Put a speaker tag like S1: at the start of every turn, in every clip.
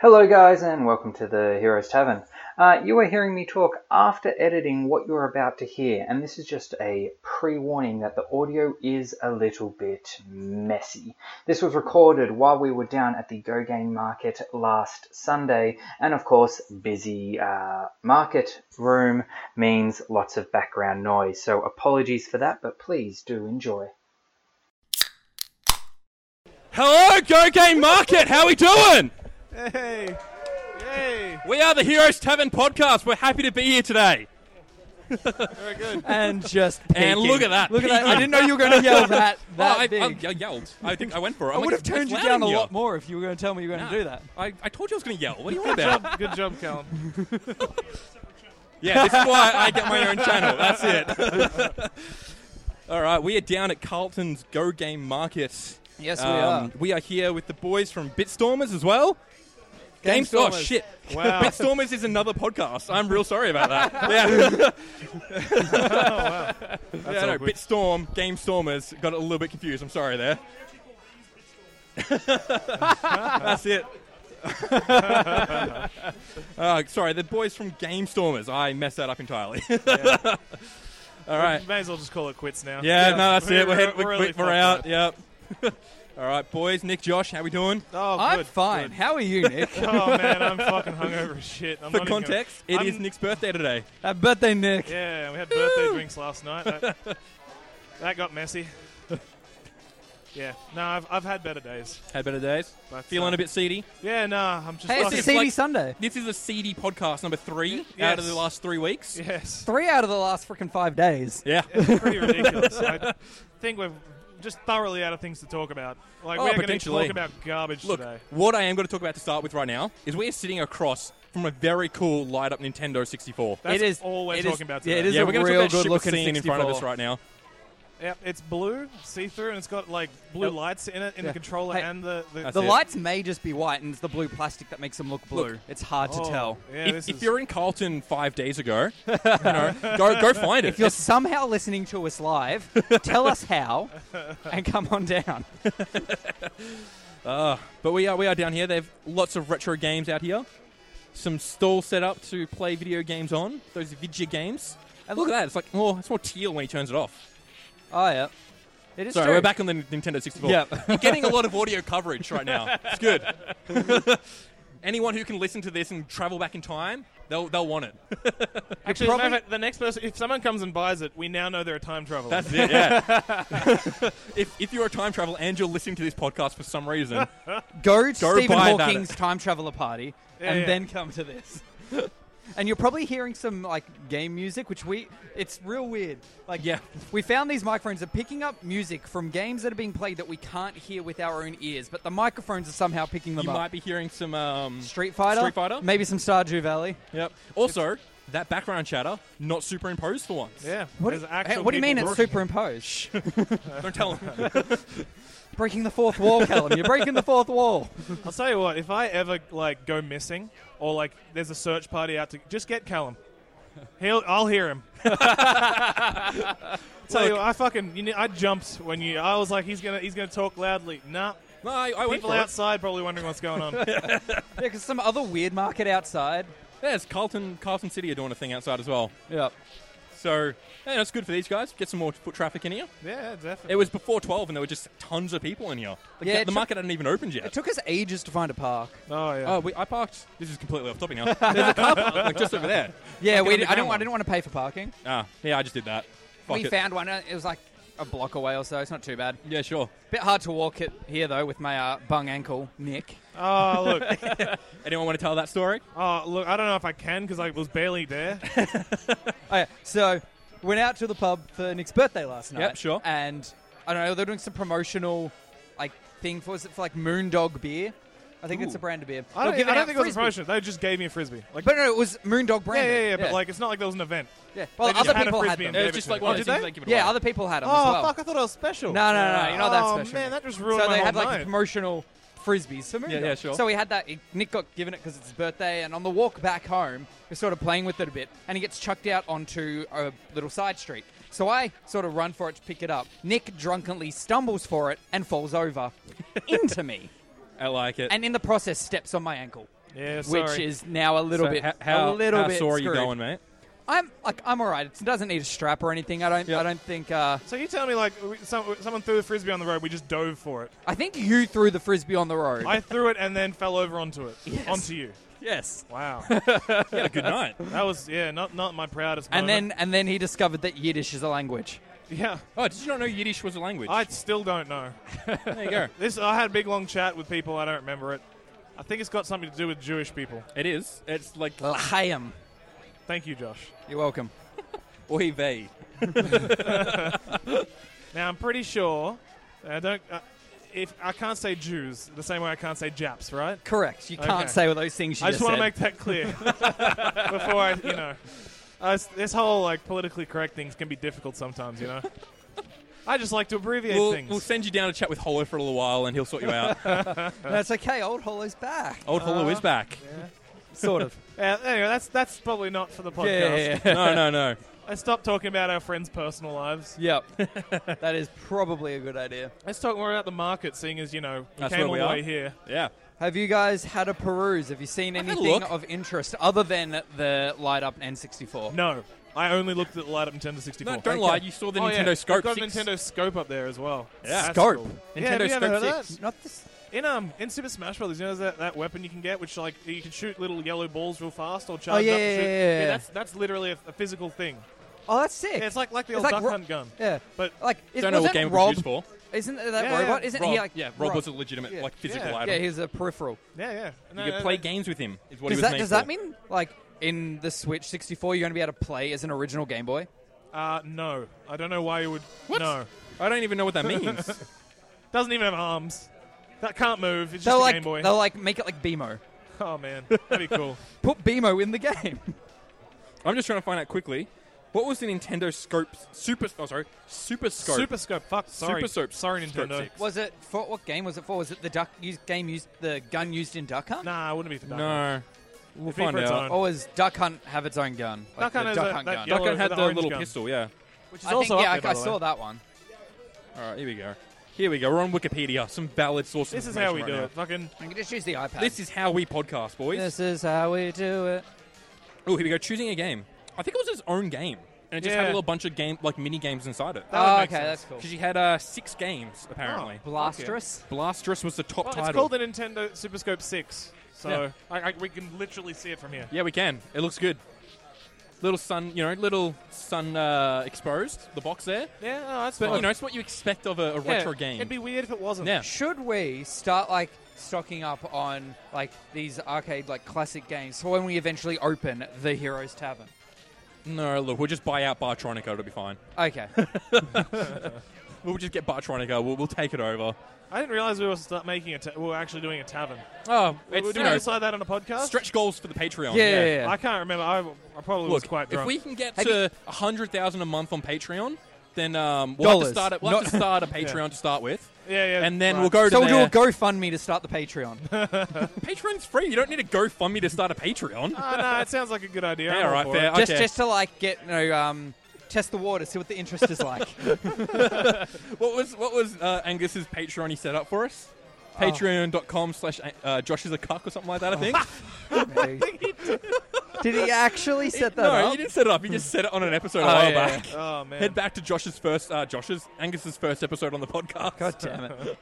S1: Hello, guys, and welcome to the Heroes Tavern. Uh, you are hearing me talk after editing what you're about to hear, and this is just a pre warning that the audio is a little bit messy. This was recorded while we were down at the Go Game Market last Sunday, and of course, busy uh, market room means lots of background noise, so apologies for that, but please do enjoy.
S2: Hello, Go Game Market. How we doing?
S3: Hey! Yay!
S2: We are the Heroes Tavern podcast. We're happy to be here today.
S3: Very good.
S4: and just
S2: And
S4: peeking.
S2: look at that,
S4: Look at that! I
S2: peeking.
S4: didn't know you were going to yell that that
S2: Oh, I, I,
S4: big.
S2: I yelled. I think I went for it.
S4: I
S2: I'm like,
S4: would have turned you
S2: "What's
S4: down a
S2: loud in
S4: lot
S2: you?"
S4: more if you were going to tell me you were going to do that.
S2: I, I told you I was going to yell. What do you want about?
S3: Good job, Callum.
S2: yeah, this is why I get my own channel. That's it. All right, we are down at Carlton's Go Game Market.
S4: Yes,
S2: Um, We are here with the boys from Bitstormers as well. Game Store. Oh,
S3: Stormers.
S2: shit.
S3: Wow.
S2: Bitstormers is another podcast. I'm real sorry about that. Yeah. yeah, no,
S3: awkward.
S2: Bitstorm, Game Stormers. Got it a little bit confused. I'm sorry there. That's it. uh, sorry, the boys from Game Stormers. I messed that up entirely. All right.
S3: May as well just call it quits now.
S2: Yeah, no, that's
S3: We're-
S2: it. We're, head,
S3: we're
S2: we're,
S3: really
S2: we're
S3: fucked
S2: out.
S3: up.
S2: Yep. All right, boys. Nick, Josh, how we doing?
S3: Oh,
S4: I'm
S3: good,
S4: fine.
S3: good.
S4: How are you, Nick?
S3: Oh man, I'm fucking hungover as shit. I'm
S2: For
S3: not even gonna-
S2: context, it is
S3: I'm-
S2: Nick's birthday today.
S4: Happy birthday, Nick.
S3: Yeah, we had birthday drinks last night. That, that got messy. Yeah, no, I've, I've had better days.
S2: Had better days.
S3: But,
S2: Feeling a
S3: uh,
S2: bit seedy.
S3: Yeah, nah, I'm just.
S4: Hey, it's
S3: fucking-
S4: a
S2: it's
S4: CD
S2: like-
S4: Sunday.
S2: This is a seedy podcast number three
S3: Yes.
S2: out of the last three weeks.
S3: yes,
S4: Three out of the last freaking five days.
S2: Yeah.
S3: it's pretty ridiculous. I think we're just thoroughly out of things to talk about. Like
S2: Oh,
S3: we're going to
S2: potentially.
S3: talk about garbage
S2: Look,
S3: today.
S2: what I am going to talk about to start with right now is we're sitting across from a very cool light up Nintendo 64.
S3: That's
S4: it is
S3: all we're
S4: it is-
S3: talking about
S4: Yeah, it
S3: today.
S4: is
S2: yeah,
S4: a
S2: we're gonna
S4: real
S2: talk about
S4: good
S2: shit we're
S4: looking
S2: seeing in front of us
S4: 64.
S2: right now.
S3: Yep, it's blue, see through, and it's got like blue
S4: Yep.
S3: lights in it in the
S4: Yeah.
S3: controller
S4: Hey,
S3: and the. the Oh,
S2: that's
S4: The
S2: it.
S4: lights may just be white, and it's the blue plastic that makes them look blue.
S2: Look.
S4: it's hard to
S3: Oh,
S4: tell.
S3: Yeah,
S2: if,
S3: this
S2: if
S3: is-
S2: you're in Carlton five days ago, you know, go go find it.
S4: If you're
S2: It's-
S4: somehow listening to us live, tell us how, and come on down.
S2: But we are we are down here. They have lots of retro games out here. Some stall set up to play video games on. Those video games. And look at that. It's like more it's more teal when he turns it off.
S4: Oh yeah, it is.
S2: Sorry,
S4: true.
S2: we're back on the Nintendo 64.
S4: Yep.
S2: You're getting a lot of audio coverage right now. It's good. Anyone who can listen to this and travel back in time, they'll they'll want it.
S3: Actually, as a
S4: Probably-
S3: matter of fact, the next person, if someone comes and buys it, we now know they're a time traveler.
S2: That's it. Yeah. if if you're a time traveler and you're listening to this podcast for some reason,
S4: go to
S2: Go
S4: Stephen
S2: buy that.
S4: Hawking's time traveler party
S3: Yeah,
S4: and
S3: yeah.
S4: then come to this. and you're probably hearing some like game music, which we it's real weird. Like
S2: Yeah.
S4: we found these microphones are picking up music from games that are being played that we can't hear with our own ears, but the microphones are somehow picking them
S2: you
S4: up.
S2: might be hearing some um,
S4: Street Fighter,
S2: Street Fighter?
S4: maybe some Stardew Valley.
S2: Yep. Also, that background chatter not superimposed for once.
S3: Yeah.
S4: What,
S3: there's
S4: do-
S3: actual
S4: hey, what do you
S3: people
S4: mean it's
S3: working.
S4: superimposed?
S2: Don't tell them.
S4: breaking the fourth wall, Callum. You're breaking the fourth wall.
S3: I'll tell you what. If I ever like go missing, or like there's a search party out to, just get Callum. He'll. I'll hear him. tell you, what, I fucking. You know, I jumped when you. I was like, he's gonna. He's gonna talk loudly. Nah.
S2: No, I, I went
S3: People
S2: for it.
S3: outside probably wondering what's going on.
S4: Yeah, because some other weird market outside.
S2: There's Carlton, Carlton City are doing a thing outside as well.
S4: Yep.
S2: So, yeah, that's good for these guys. Get some more foot traffic in here.
S3: yeah, definitely.
S2: It was before 12 and there were just tons of people in here. The,
S4: Yeah,
S2: ga-
S4: it
S2: the
S4: took-
S2: market hadn't even opened
S4: It
S2: yet.
S4: took us ages to find a park.
S3: Oh yeah.
S2: Oh, we, I parked. This is completely off topic now. There's a car park like, just over there.
S4: Yeah,
S2: Like
S4: we
S2: an
S4: did, I, don't, I
S2: underground
S4: didn't want to pay for parking.
S2: one. Ah, yeah, I just did that. Fuck
S4: we
S2: it.
S4: found one. uh, It was like a block away or so. It's not too bad.
S2: yeah, sure.
S4: Bit hard to walk it here though with my uh, bung ankle, Nick.
S3: Oh look.
S2: Anyone want to tell that story?
S3: Oh look. I don't know if I can because I was barely there.
S4: Oh, yeah. So went out to the pub for Nick's birthday last night.
S2: sure.
S4: And I don't know. They're doing some promotional like thing for was it for like Moondog beer. I think it's a brand of beer.
S3: I
S4: They're
S3: don't,
S4: giving
S3: I don't
S4: out
S3: think it was a
S4: Frisbee.
S3: promotion. They just gave me a frisbee. Like.
S4: But no, it was Moondog
S3: yeah,
S4: brand.
S3: yeah, yeah, but like it's not like there was an event.
S4: yeah. Well,
S3: They just
S4: other
S3: had a
S4: people had
S3: Frisbee
S4: them.
S3: and
S2: It
S3: gave
S2: was
S3: it
S2: just
S3: to
S2: like
S3: me.
S2: one
S3: Oh,
S2: of
S3: did
S2: the things
S3: they?
S2: they give it
S4: Yeah,
S2: away.
S4: other people had them
S3: Oh
S4: as well.
S3: fuck! I thought I was special.
S4: No, no, no, you're not that
S3: oh,
S4: special,
S3: man,
S4: mate.
S3: that just ruined
S4: so
S3: my
S4: they
S3: whole
S4: had like
S3: night.
S4: promotional frisbees. So Moondog.
S2: Yeah, yeah, sure.
S4: So we had that. Nick got given it because it's his birthday, and on the walk back home, we're sort of playing with it a bit, and he gets chucked out onto a little side street. So I sort of run for it to pick it up. Nick drunkenly stumbles for it and falls over into me,
S2: I like it.
S4: and in the process steps on my ankle.
S3: Yeah, sorry.
S4: which is now a little
S2: So
S4: bit
S2: ho- how,
S4: a little
S2: how
S4: bit
S2: sore
S4: screwed.
S2: are you going, mate?
S4: I'm like I'm all right. It doesn't need a strap or anything. I don't
S2: Yeah.
S4: I don't think uh,
S3: So you tell me like we- some, someone threw a frisbee on the road, we just dove for it.
S4: I think you threw the frisbee on the road.
S3: I threw it and then fell over onto it, onto you.
S4: yes.
S3: Wow,
S2: You had a good night.
S3: that was yeah, not not my proudest.
S4: And
S3: moment.
S4: then and then he discovered that Yiddish is a language.
S3: yeah,
S2: Oh, did you not know Yiddish was a language?
S3: I still don't know.
S2: there you go.
S3: This I had a big long chat with people. I don't remember it. I think it's got something to do with Jewish people.
S2: It is. It's like
S4: L'chaim.
S3: Thank you, Josh.
S4: You're welcome.
S2: oy vey.
S3: Now I'm pretty sure. I don't. Uh, if I can't say Jews the same way I can't say Japs, right?
S4: Correct. You can't
S3: Okay.
S4: say all those things you
S3: I just want
S4: said.
S3: to make that clear before I, you know, I s this whole like politically correct things can be difficult sometimes, you know. I just like to abbreviate
S2: We'll,
S3: things.
S2: we'll send you down to chat with Hollow for a little while, and he'll sort you out.
S4: That's okay. Old Hollow's back.
S2: Old Hollow is back.
S4: Sort of.
S3: Uh, anyway, that's that's probably not for the podcast.
S4: yeah, yeah.
S2: No, no, no.
S3: Let's stop talking about our friends' personal lives.
S4: yep. that is probably a good idea.
S3: Let's talk more about the market, seeing as you know we
S2: That's
S3: came all
S2: where
S3: the
S2: we
S3: way
S2: are.
S3: here.
S2: Yeah.
S4: Have you guys had a peruse? Have you seen
S2: I've had a
S4: anything
S2: look.
S4: of interest other than the light up N64?
S3: No, I only looked at the light up Nintendo 64.
S2: No, don't
S4: Okay.
S2: lie. You saw the
S3: Oh,
S2: Nintendo
S3: yeah.
S2: Scope.
S3: I've got
S2: six.
S3: Nintendo Scope up there as well.
S2: Yeah.
S3: That's
S4: Scope.
S3: cool.
S2: Nintendo
S3: yeah, have you ever
S2: Scope
S3: heard of
S2: 6.
S3: that?
S4: Not this.
S3: In um in Super Smash Brothers, you know that, that weapon you can get, which like you can shoot little yellow balls real fast or charge
S4: Oh, yeah,
S3: up. and
S4: yeah,
S3: shoot.
S4: yeah, yeah.
S3: that's that's literally a, a physical thing.
S4: Oh, that's sick.
S3: Yeah, it's like like the
S4: It's
S3: old
S4: like
S3: Duck
S4: ro-
S3: Hunt gun.
S4: yeah.
S3: But
S4: Like, is,
S2: Don't know what
S4: wasn't
S2: game it was
S4: Rob?
S2: used for.
S4: Isn't that
S3: Yeah,
S4: robot?
S3: yeah.
S4: Isn't
S2: Rob,
S4: he like?
S2: yeah, Rob, was a legitimate
S3: Yeah.
S2: like physical
S3: Yeah.
S2: item.
S4: Yeah, he's a peripheral.
S3: yeah, yeah. No,
S2: you
S3: no,
S2: could play
S3: that-
S2: games with him. Is what he was
S4: Does that
S2: made
S4: does
S2: for.
S4: that mean like in the Switch 64 you're going to be able to play as an original Game Boy?
S3: Uh, no, I don't know why you would.
S2: What?
S3: No,
S2: I don't even know what that means.
S3: doesn't even have arms. That can't move. It's just a
S4: They'll like
S3: Game Boy.
S4: they'll like make it like BMO.
S3: Oh man, that'd be cool.
S4: Put BMO in the game.
S2: I'm just trying to find out quickly. What was the Nintendo Scope Super? Oh, sorry, Super Scope.
S3: Super Scope. Fuck. Sorry.
S2: Super Scope.
S3: Sorry,
S2: Scope
S3: Nintendo.
S2: six.
S4: was it for what game was it for? Was it the duck used, game used the gun used in Duck Hunt?
S3: Nah, it wouldn't be for Duck
S2: No,
S3: Hunt.
S2: we'll
S3: be
S2: find
S3: for its
S2: out.
S3: own.
S4: Or does Duck Hunt have its own gun? Like
S3: Duck Hunt
S4: the
S3: has
S4: Duck
S3: a-
S4: Hunt
S3: that
S4: gun.
S3: yellow-
S2: Duck Hunt had
S3: the
S2: the,
S3: orange
S2: little
S3: gun.
S2: pistol. Yeah.
S3: Which
S4: I
S3: is
S4: think-
S3: also up
S4: yeah,
S3: there, by
S4: I
S3: the way.
S4: saw that one.
S2: All right, here we go. Here we go. We're on Wikipedia. Some valid source.
S3: This is how we do
S2: information
S3: it. Fucking.
S4: I can just use the iPad.
S2: right now. This is how we podcast, boys.
S4: This is how we do it.
S2: Oh, here we go. Choosing a game. I think it was his own game, and it just had a
S3: Yeah.
S2: little bunch of game like mini games inside it.
S3: That would
S4: Oh,
S3: make
S4: okay,
S3: sense.
S4: that's cool.
S2: Because she had uh, six games apparently.
S4: Blastrous.
S2: Blastrous was the top
S3: Well,
S2: title.
S3: it's called the Nintendo Super Scope Six, so
S2: Yeah.
S3: I, I, we can literally see it from here.
S2: Yeah, we can. It looks good. Little sun, you know, little sun uh, exposed. The box there,
S3: Yeah, oh, that's
S2: but
S3: fine.
S2: you know, it's what you expect of a, a
S3: Yeah,
S2: retro game.
S3: It'd be weird if it wasn't.
S2: yeah,
S4: Should we start like stocking up on like these arcade like classic games so when we eventually open the Heroes Tavern?
S2: no, look, we'll just buy out Bartronica. It'll be fine.
S4: Okay.
S2: We'll just get Bartronica. We'll, we'll take it over.
S3: I didn't realize we were start making a. Ta- we were actually doing a tavern.
S2: Oh,
S3: Did
S2: it's
S3: we
S2: you know,
S3: decide that on a podcast?
S2: stretch goals for the Patreon.
S4: Yeah, yeah, yeah.
S3: I can't remember. I, I probably was
S2: Look,
S3: quite
S2: if
S3: drunk.
S2: we can get
S4: Have
S2: to a hundred thousand a month on Patreon, then um, we'll
S4: Dollars.
S2: have to start. A, we'll have to start a Patreon to start with,
S3: yeah, yeah.
S2: and then
S3: right.
S2: we'll go to
S4: so we'll do
S2: there.
S4: a GoFundMe to start the Patreon.
S2: Patreon's free. You don't need a GoFundMe to start a Patreon.
S3: Ah, no, it sounds like a good idea. I'm
S2: Yeah, all right,
S3: for
S2: fair.
S3: it.
S2: Okay.
S4: Just just to like get you know um, test the water, see what the interest is like.
S2: What was what was uh, Angus's Patreon he set up for us?
S4: Oh.
S2: Patreon.com slash uh, Josh is a cuck or something like that, I think.
S4: Did he actually set that
S2: no,
S4: up?
S2: he didn't set it up. He just set it on an episode a
S4: Oh,
S2: while
S4: yeah.
S2: back.
S3: Oh man.
S2: Head back to Josh's first, uh, Josh's, Angus's first episode on the podcast.
S4: God damn it!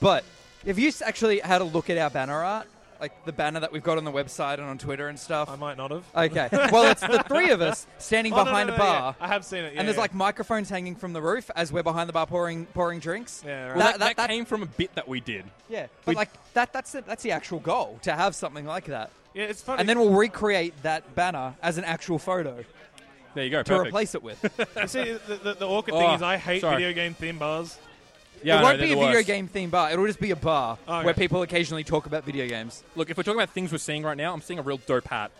S4: but if you s- actually had a look at our banner art, like the banner that we've got on the website and on Twitter and stuff.
S3: I might not have.
S4: okay. Well, it's the three of us standing
S3: Um, Oh, no,
S4: behind
S3: no,
S4: a
S3: no, yeah.
S4: bar.
S3: I have seen it. Yeah,
S4: and there's
S3: yeah.
S4: like microphones hanging from the roof as we're behind the bar pouring pouring drinks.
S3: Yeah, right.
S2: Well,
S4: That-
S2: that,
S4: that-
S2: that
S4: that-
S2: came from a bit that we did.
S4: yeah. But
S2: We-
S4: like that that's the, that's the actual goal to have something like that.
S3: yeah, it's funny.
S4: And then we'll recreate that banner as an actual photo
S2: There you go.
S4: to
S2: perfect.
S4: replace it with.
S3: you see the, the, the awkward
S2: Oh,
S3: thing is I hate
S2: sorry.
S3: video game theme bars.
S2: yeah, I
S4: it
S2: know,
S4: won't
S2: they're
S4: be a
S2: the
S4: video
S2: worst.
S4: game themed bar. It'll just be a bar
S3: Oh, okay.
S4: where people occasionally talk about video games.
S2: Look, if we're talking about things we're seeing right now, I'm seeing a real dope hat.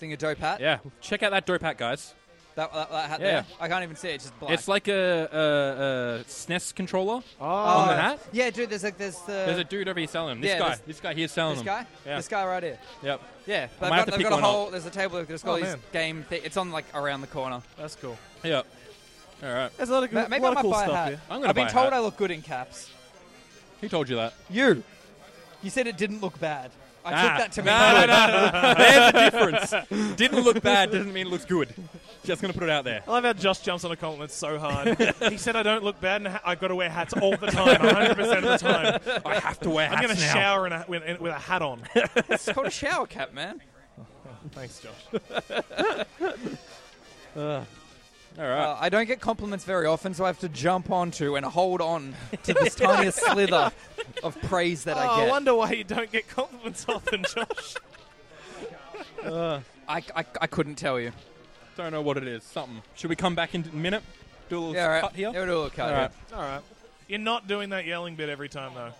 S4: Thing a dope hat.
S2: Yeah, check out that dope hat, guys.
S4: That, that, that hat
S2: Yeah.
S4: there. I can't even see it. It's just black.
S2: It's like a, a, a SNES controller.
S4: Oh,
S2: on the hat?
S4: Yeah, dude. There's like there's the
S2: There's a dude over here selling them. This
S4: Yeah,
S2: guy.
S4: this-
S2: This guy here selling
S4: this
S2: them.
S4: guy.
S2: Yeah.
S4: This guy right here.
S2: Yep.
S4: Yeah. They've
S2: might have
S4: got,
S2: to
S4: they've
S2: pick
S4: got a
S2: one up.
S4: whole. There's a table. that has got
S3: Oh,
S4: all these
S3: man.
S4: game. Thi- it's on like around the corner.
S3: That's cool.
S2: Yep. All right.
S3: There's a lot of
S4: Ma-
S3: good,
S4: Maybe
S3: lot
S4: I
S3: of
S4: might
S3: cool
S4: buy a
S3: stuff
S4: hat.
S3: here.
S2: I'm gonna
S4: I've been
S2: buy a
S4: told
S2: hat.
S4: I look good in caps.
S2: Who told you that?
S4: You. You said it didn't look bad. I
S2: Ah.
S4: took that to mean.
S2: No, no, no. There's the difference. Didn't look bad doesn't mean it looks good. Just going to put it out there.
S3: I love how Josh jumps on a compliment so hard. he said I don't look bad and ha- I've got to wear hats all the time, 100% of the time.
S2: I have to wear
S3: I'm going to
S2: hats now.
S3: shower in a, with, in, with a hat on.
S4: It's called a shower cap, man.
S3: Thanks, Josh.
S2: All right.
S4: Uh, I don't get compliments very often, so I have to jump onto and hold on to this tiniest slither of praise that I
S3: Oh, I
S4: get.
S3: wonder why you don't get compliments often, Josh.
S4: I, I, I couldn't tell you.
S2: Don't know what it is. Something. Should we come back in a minute? Do a little
S4: Yeah, all right.
S2: cut here.
S4: Yeah, we'll do a little cut
S2: All
S4: here.
S2: right.
S3: all right. You're not doing that yelling bit every time, though.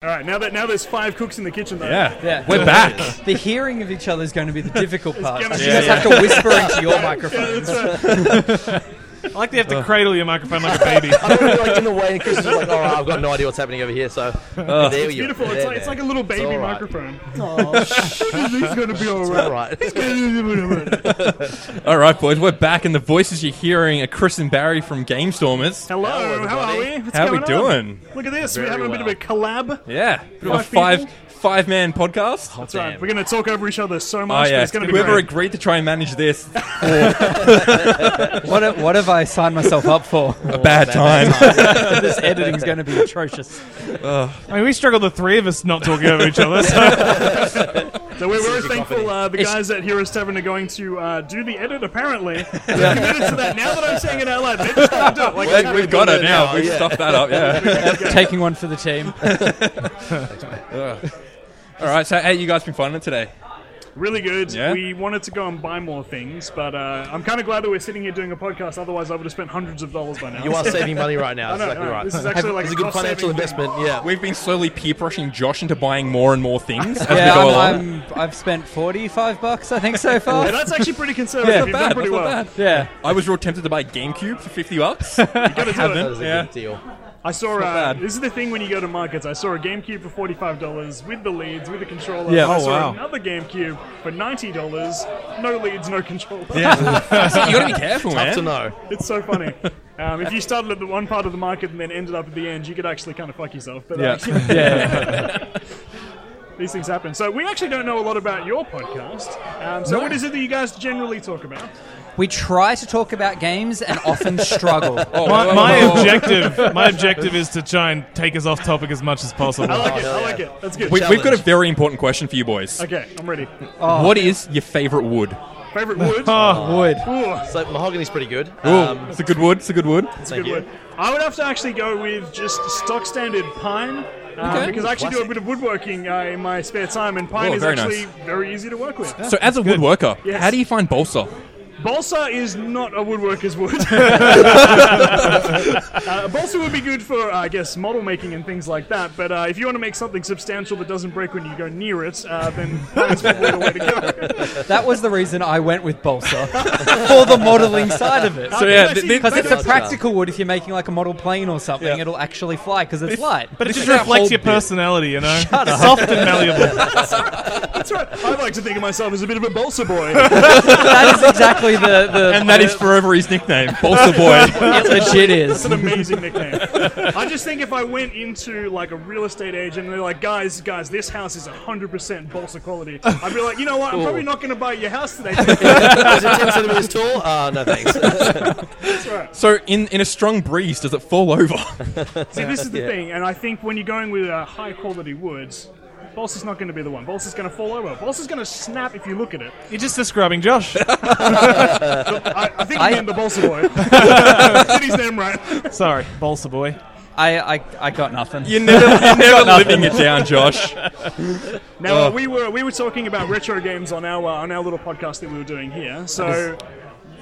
S5: All right, now that now there's five cooks in the kitchen though.
S4: Yeah.
S2: We're back.
S4: The hearing of each other is going to be the difficult part.
S5: gonna
S4: You
S5: be-
S4: just have to whisper into your microphones.
S5: uh,
S3: I like they have to cradle your microphone like a baby.
S6: I'm really like in the way, and Chris is like, "All right, I've got no idea what's happening over here." So there we go.
S5: Beautiful.
S6: There,
S5: It's like, it's
S6: there.
S5: like a little baby
S6: all right.
S5: microphone. Oh, he's gonna be all right.
S6: all right.
S2: All right, boys. We're back, and the voices you're hearing are Chris and Barry from Game Stormers.
S5: Hello,
S6: Hello,
S5: how are we?
S6: everybody.
S5: What's
S2: How are we
S5: going on?
S2: doing?
S5: Look at this.
S6: Very
S5: We're having a bit of a
S6: well.
S5: collab.
S2: Yeah. Bit of a
S5: Five people?
S2: five five man podcast.
S5: That's right. We're going to talk over each other so
S2: Oh
S5: much. but
S2: yeah,
S5: it's going to be
S2: whoever
S5: great.
S2: agreed to try and manage this,
S4: what, have, what have I signed myself up for?
S2: a bad time.
S4: Oh, this editing's going to be atrocious.
S3: I mean, we struggled, the three of us, not talking over each other. So.
S5: So we're very thankful uh, the guys at Heroes Tavern are going to uh, do the edit, apparently. They're committed to that now that I'm saying it out loud. They're just going to do it. Like,
S2: We've- We've got it now.
S6: now,
S2: We've
S6: yeah.
S2: stuffed that up. Yeah.
S4: Taking one for the team.
S2: All right. So, hey, you guys been finding it today?
S5: really good.
S2: Yeah.
S5: We wanted to go and buy more things, but uh, I'm kind of glad that we're sitting here doing a podcast. Otherwise, I would have spent hundreds of dollars by now.
S6: you are saving money right now. That's
S5: No,
S6: exactly
S5: no,
S6: right.
S5: This is actually like a
S6: It's a good
S5: cost-saving
S6: financial
S5: thing.
S6: investment. Yeah.
S2: We've been slowly peer pressuring Josh into buying more and more things as
S4: Yeah,
S2: we go along.
S4: I'm, I'm, I've spent 45 bucks, I think, so
S5: Yeah,
S4: far.
S5: that's actually pretty conservative. You've done
S2: Bad,
S5: pretty
S2: that's not
S5: well.
S2: bad.
S4: yeah.
S2: I was real tempted to buy GameCube for fifty bucks. I
S5: Gotta do it.
S6: That is
S2: haven't.
S6: a
S2: Yeah.
S6: good deal.
S5: I saw. Uh,
S2: bad.
S5: this is the thing when you go to markets. I saw a GameCube for forty-five dollars with the leads, with the controller.
S2: Yeah.
S5: And I
S2: Oh,
S5: saw
S2: wow.
S5: another GameCube for ninety dollars, no leads, no controller.
S2: you gotta be careful,
S6: Tough to
S2: man.
S6: know.
S5: It's so funny. Um, if you started at the one part of the market and then ended up at the end, you could actually kind of fuck yourself. But uh, these things happen. So we actually don't know a lot about your podcast. Um, so what is it that you guys generally talk about?
S4: We try to talk about games and often struggle.
S2: Oh.
S3: my my objective, my objective is to try and take us off topic as much as possible.
S5: I like it. I
S6: yeah.
S5: like it. That's good.
S2: We, we've got a
S6: Challenge.
S2: very important question for you boys.
S5: okay, I'm ready.
S2: What is your favorite wood?
S5: Favorite wood?
S3: Oh, wood.
S5: Ooh.
S6: So mahogany's pretty good. Um,
S2: Oh, it's a good wood. It's a good wood.
S6: thank
S5: Good
S6: you.
S5: word. I would have to actually go with just stock standard pine. um,
S4: Okay.
S5: Because I actually do a bit of woodworking uh, in my spare time, and pine
S2: Oh,
S5: is
S2: very
S5: actually very easy to work with.
S2: So, as a woodworker,
S5: Yes.
S2: how do you find balsa?
S5: Balsa is not a woodworker's wood. uh, balsa would be good for, uh, I guess, model making and things like that. But uh, if you want to make something substantial that doesn't break when you go near it, uh, then pine's probably the way to go.
S4: That was the reason I went with balsa for the modeling side of it.
S2: So, yeah,
S5: actually-
S2: th- th-
S4: Because it's a
S6: Balsa.
S4: practical wood. If you're making like a model plane or something,
S2: Yeah.
S4: it'll actually fly because it's light.
S3: But it
S2: This
S3: just
S2: is our whole
S3: reflects your
S2: bit.
S3: personality, you know? Soft and malleable.
S5: That's right. I like to think of myself as a bit of a balsa boy.
S4: that is exactly the, the
S2: and that is forever his nickname, Balsa Boy.
S4: it legit is.
S5: That's an amazing nickname. I just think if I went into like a real estate agent and they're like, guys, guys, this house is 100% balsa quality, I'd be like, you know what? I'm probably not going to buy your house today. That's
S6: Is it 10 centimeters tall? Uh, no thanks.
S5: right.
S2: so, in, in a strong breeze, does it fall over?
S5: See, this is the thing, and I think when you're going with uh, high quality woods, balsa's not going to be the one. Balsa's going to fall over. Balsa's going to snap if you look at it.
S3: You're just describing Josh.
S5: I, I think
S4: I-
S5: I meant the balsa boy. Did his name right?
S3: Sorry, Balsa Boy.
S4: I, I, I got nothing.
S2: You're never, you're never living it down, Josh.
S5: Now uh, we were we were talking about retro games on our uh, on our little podcast that we were doing here. So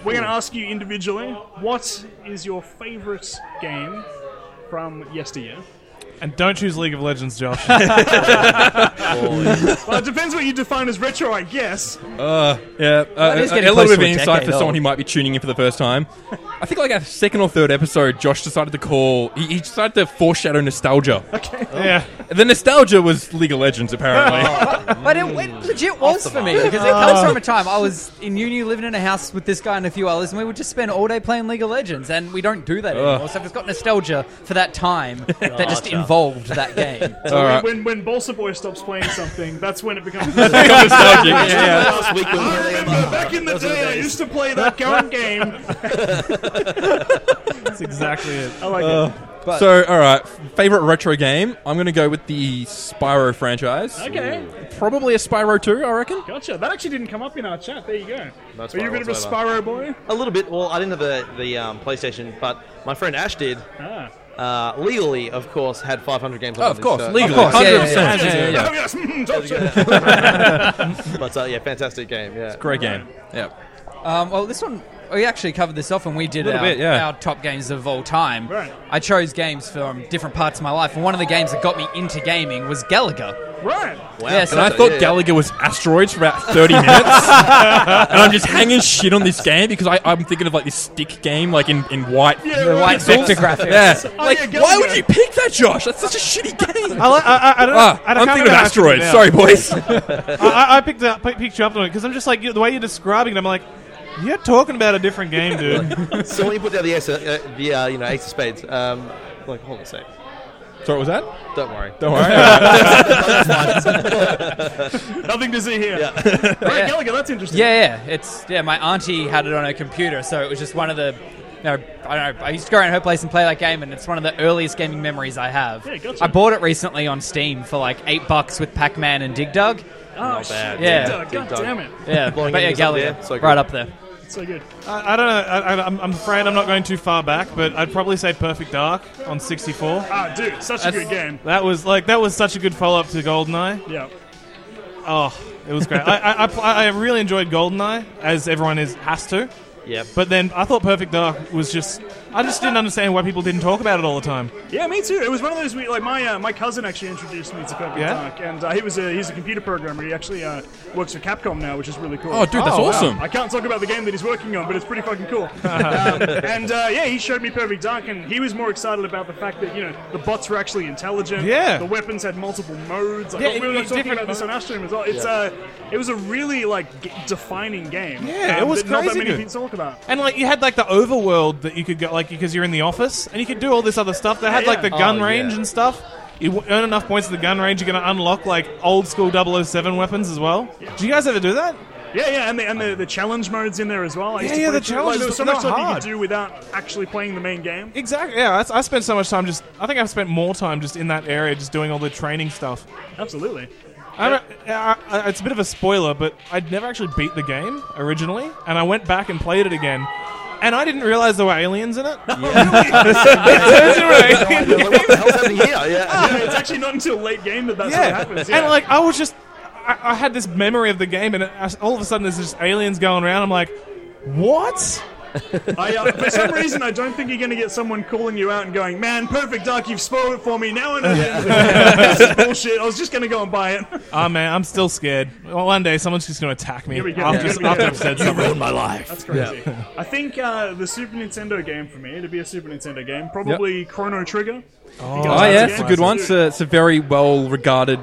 S5: we're going to ask you individually what is your favorite game from yesteryear.
S3: And don't choose League of Legends, Josh.
S5: Well, it depends what you define as retro, I guess.
S2: Uh, yeah, uh,
S4: it is
S2: a-
S4: getting
S2: a little bit of
S4: close to a
S2: insight for
S4: decade
S2: someone
S4: old.
S2: who might be tuning in for the first time. I think like a second or third episode, Josh decided to call. He, he decided to foreshadow nostalgia.
S3: yeah.
S2: The nostalgia was League of Legends, apparently.
S4: But it, it
S2: Mm.
S4: legit was for me because it comes
S2: Uh.
S4: from a time I was in uni living in a house with this guy and a few others, and we would just spend all day playing League of Legends, and we don't do that anymore. So I've just got nostalgia for that time that just
S6: Gotcha.
S4: involved that game.
S5: So
S2: All right.
S5: when, when Balsa Boy stops playing something, that's when it becomes.
S6: Last week we were
S5: I
S6: really-
S5: remember back in the
S6: Those are the
S5: day, I
S6: days.
S5: used to play that current game.
S3: That's exactly it.
S5: I like
S2: so, all right, f- favorite retro game. I'm gonna go with the Spyro franchise.
S5: it. Okay,
S2: Probably a Spyro 2, I reckon.
S5: gotcha. That actually didn't come up in our chat. There you go.
S6: That's
S5: Are you a
S6: fine
S5: bit of a
S6: whatsoever.
S5: Spyro boy?
S6: A little bit. Well, I didn't have the the um, PlayStation, but my friend Ash did.
S5: Ah.
S6: Uh, legally, of course, had 500 games.
S2: Oh, of course, legally,
S6: Of course.
S4: yeah, yeah,
S2: 100%. yeah,
S4: yeah.
S2: yeah.
S5: Oh yes, mm, top tier.
S6: But uh, yeah, fantastic game. Yeah.
S2: Great game. Yeah.
S4: Um, well, this one we actually covered this off when we did
S2: Little
S4: our,
S2: bit, yeah.
S4: our top games of all time.
S5: Right.
S4: I chose games from different parts of my life, and one of the games that got me into gaming was Gallagher.
S5: Right.
S6: Wow.
S4: Yeah, so
S2: And I
S6: So,
S2: thought
S6: yeah, yeah.
S2: Gallagher was asteroids for about 30 minutes. and I'm just hanging shit on this game because I, I'm thinking of like this stick game, like in, in white.
S5: Yeah,
S4: The
S5: right.
S4: white
S5: Pixels.
S4: vector graphics.
S2: Yeah.
S5: Oh,
S2: like,
S5: yeah,
S2: why would
S5: Gallagher.
S2: you pick that, Josh? That's such a shitty game.
S3: I, li- I, I, I don't know.
S2: Ah,
S3: I don't
S2: I'm
S3: can't
S2: thinking of
S3: remember how to
S2: asteroids.
S3: pronounce
S2: Sorry, boys.
S3: it. I, I picked, up, picked, picked you up on it because I'm just like, you- the way you're describing it, I'm like, you're talking about a different game, dude.
S6: so when you put down the ace, of- uh, the uh, you know ace of spades, um, like hold on a sec.
S2: Sorry, was that?
S6: Don't worry.
S2: Don't worry.
S5: Nothing to see here. right,
S4: Yeah.
S5: Gallagher. That's interesting.
S4: Yeah, yeah. It's yeah. My auntie had it on her computer, so it was just one of the. You know, I don't know. I used to go around her place and play that game, and it's one of the earliest gaming memories I have.
S5: Yeah, gotcha.
S4: I bought it recently on Steam for like eight bucks with Pac Man and Dig Dug.
S5: Oh shit.
S4: Yeah.
S5: Dog, God
S6: Dog.
S5: damn it.
S4: Yeah,
S6: Blowing
S4: but yeah,
S6: Indies up
S4: Gallagher,
S6: there, so good.
S4: right up there.
S5: It's so good.
S3: I, I don't know. I, I, I'm, I'm afraid I'm not going too far back, but I'd probably say Perfect Dark on 64.
S5: Ah, dude, such a good game.
S3: That was like that was such a good follow up to Goldeneye.
S5: Yeah.
S3: Oh, it was great. I, I, I, pl- I really enjoyed Goldeneye, as everyone is has to.
S6: Yep.
S3: But then I thought Perfect Dark was just I just didn't understand why people didn't talk about it all the time.
S5: Yeah, me too. It was one of those we like. My uh, my cousin actually introduced me to Perfect
S3: Yeah?
S5: Dark, and uh, he was a he's a computer programmer. He actually uh, works for Capcom now, which is really cool.
S2: Oh, dude, that's
S3: Oh, wow.
S2: awesome.
S5: I can't talk about the game that he's working on, but it's pretty fucking cool. um, and uh, yeah, he showed me Perfect Dark, and he was more excited about the fact that you know the bots were actually intelligent.
S3: Yeah.
S5: the weapons had multiple modes. Like,
S3: Yeah,
S5: oh, we
S3: it-
S5: were
S3: it's
S5: talking
S3: different
S5: about this on our stream as well. It's uh, it was a really like g- defining game. Um,
S3: Yeah, it was
S5: that Not that
S3: crazy
S5: many
S3: good.
S5: people talk about.
S3: And like you had like the overworld that you could go like because you're in the office and you could do all this other stuff. They had
S5: Yeah,
S3: like the
S5: yeah.
S3: gun
S6: Oh,
S3: range
S6: yeah.
S3: and stuff. You w- earn enough points at the gun range, you're going to unlock like old school 007 weapons as well. Do you guys ever do that?
S5: Yeah, yeah, and the, and the, the challenge modes in there as well. I
S3: Yeah,
S5: used to
S3: yeah,
S5: play
S3: the
S5: through- like, there
S3: challenges
S5: was so
S3: were
S5: much stuff you
S3: hard.
S5: could do without actually playing the main game.
S3: Exactly. Yeah, I, I spent so much time just. I think I've spent more time just in that area, just doing all the training stuff.
S5: Absolutely.
S3: I don't, I, I, it's a bit of a spoiler, but I'd never actually beat the game originally, and I went back and played it again, and I didn't realize there were aliens in it. It turns into an alien
S6: what the hell's happening here? Yeah.
S5: Yeah, it's actually not until late game that that's what
S3: yeah.
S5: happens. Yeah.
S3: And like I was just, I, I had this memory of the game, and it, I, all of a sudden there's just aliens going around. I'm like, what?
S5: I, uh, for some reason, I don't think you're going to get someone calling you out and going, "Man, Perfect Dark, you've spoiled it for me." Now I know the end of the game. This is bullshit. I was just going to go and buy it.
S3: Oh man, I'm still scared. Well, one day someone's just going to attack me
S5: Here we go.
S3: after,
S5: Yeah.
S3: after I've said something.
S6: Ruined my life.
S5: That's crazy. I think uh, the Super Nintendo game for me to be a Super Nintendo game, probably Chrono Trigger.
S2: Oh, yeah,
S5: that's
S2: it's a
S5: a
S2: good one.
S5: classic.
S2: It's a, it's a very well regarded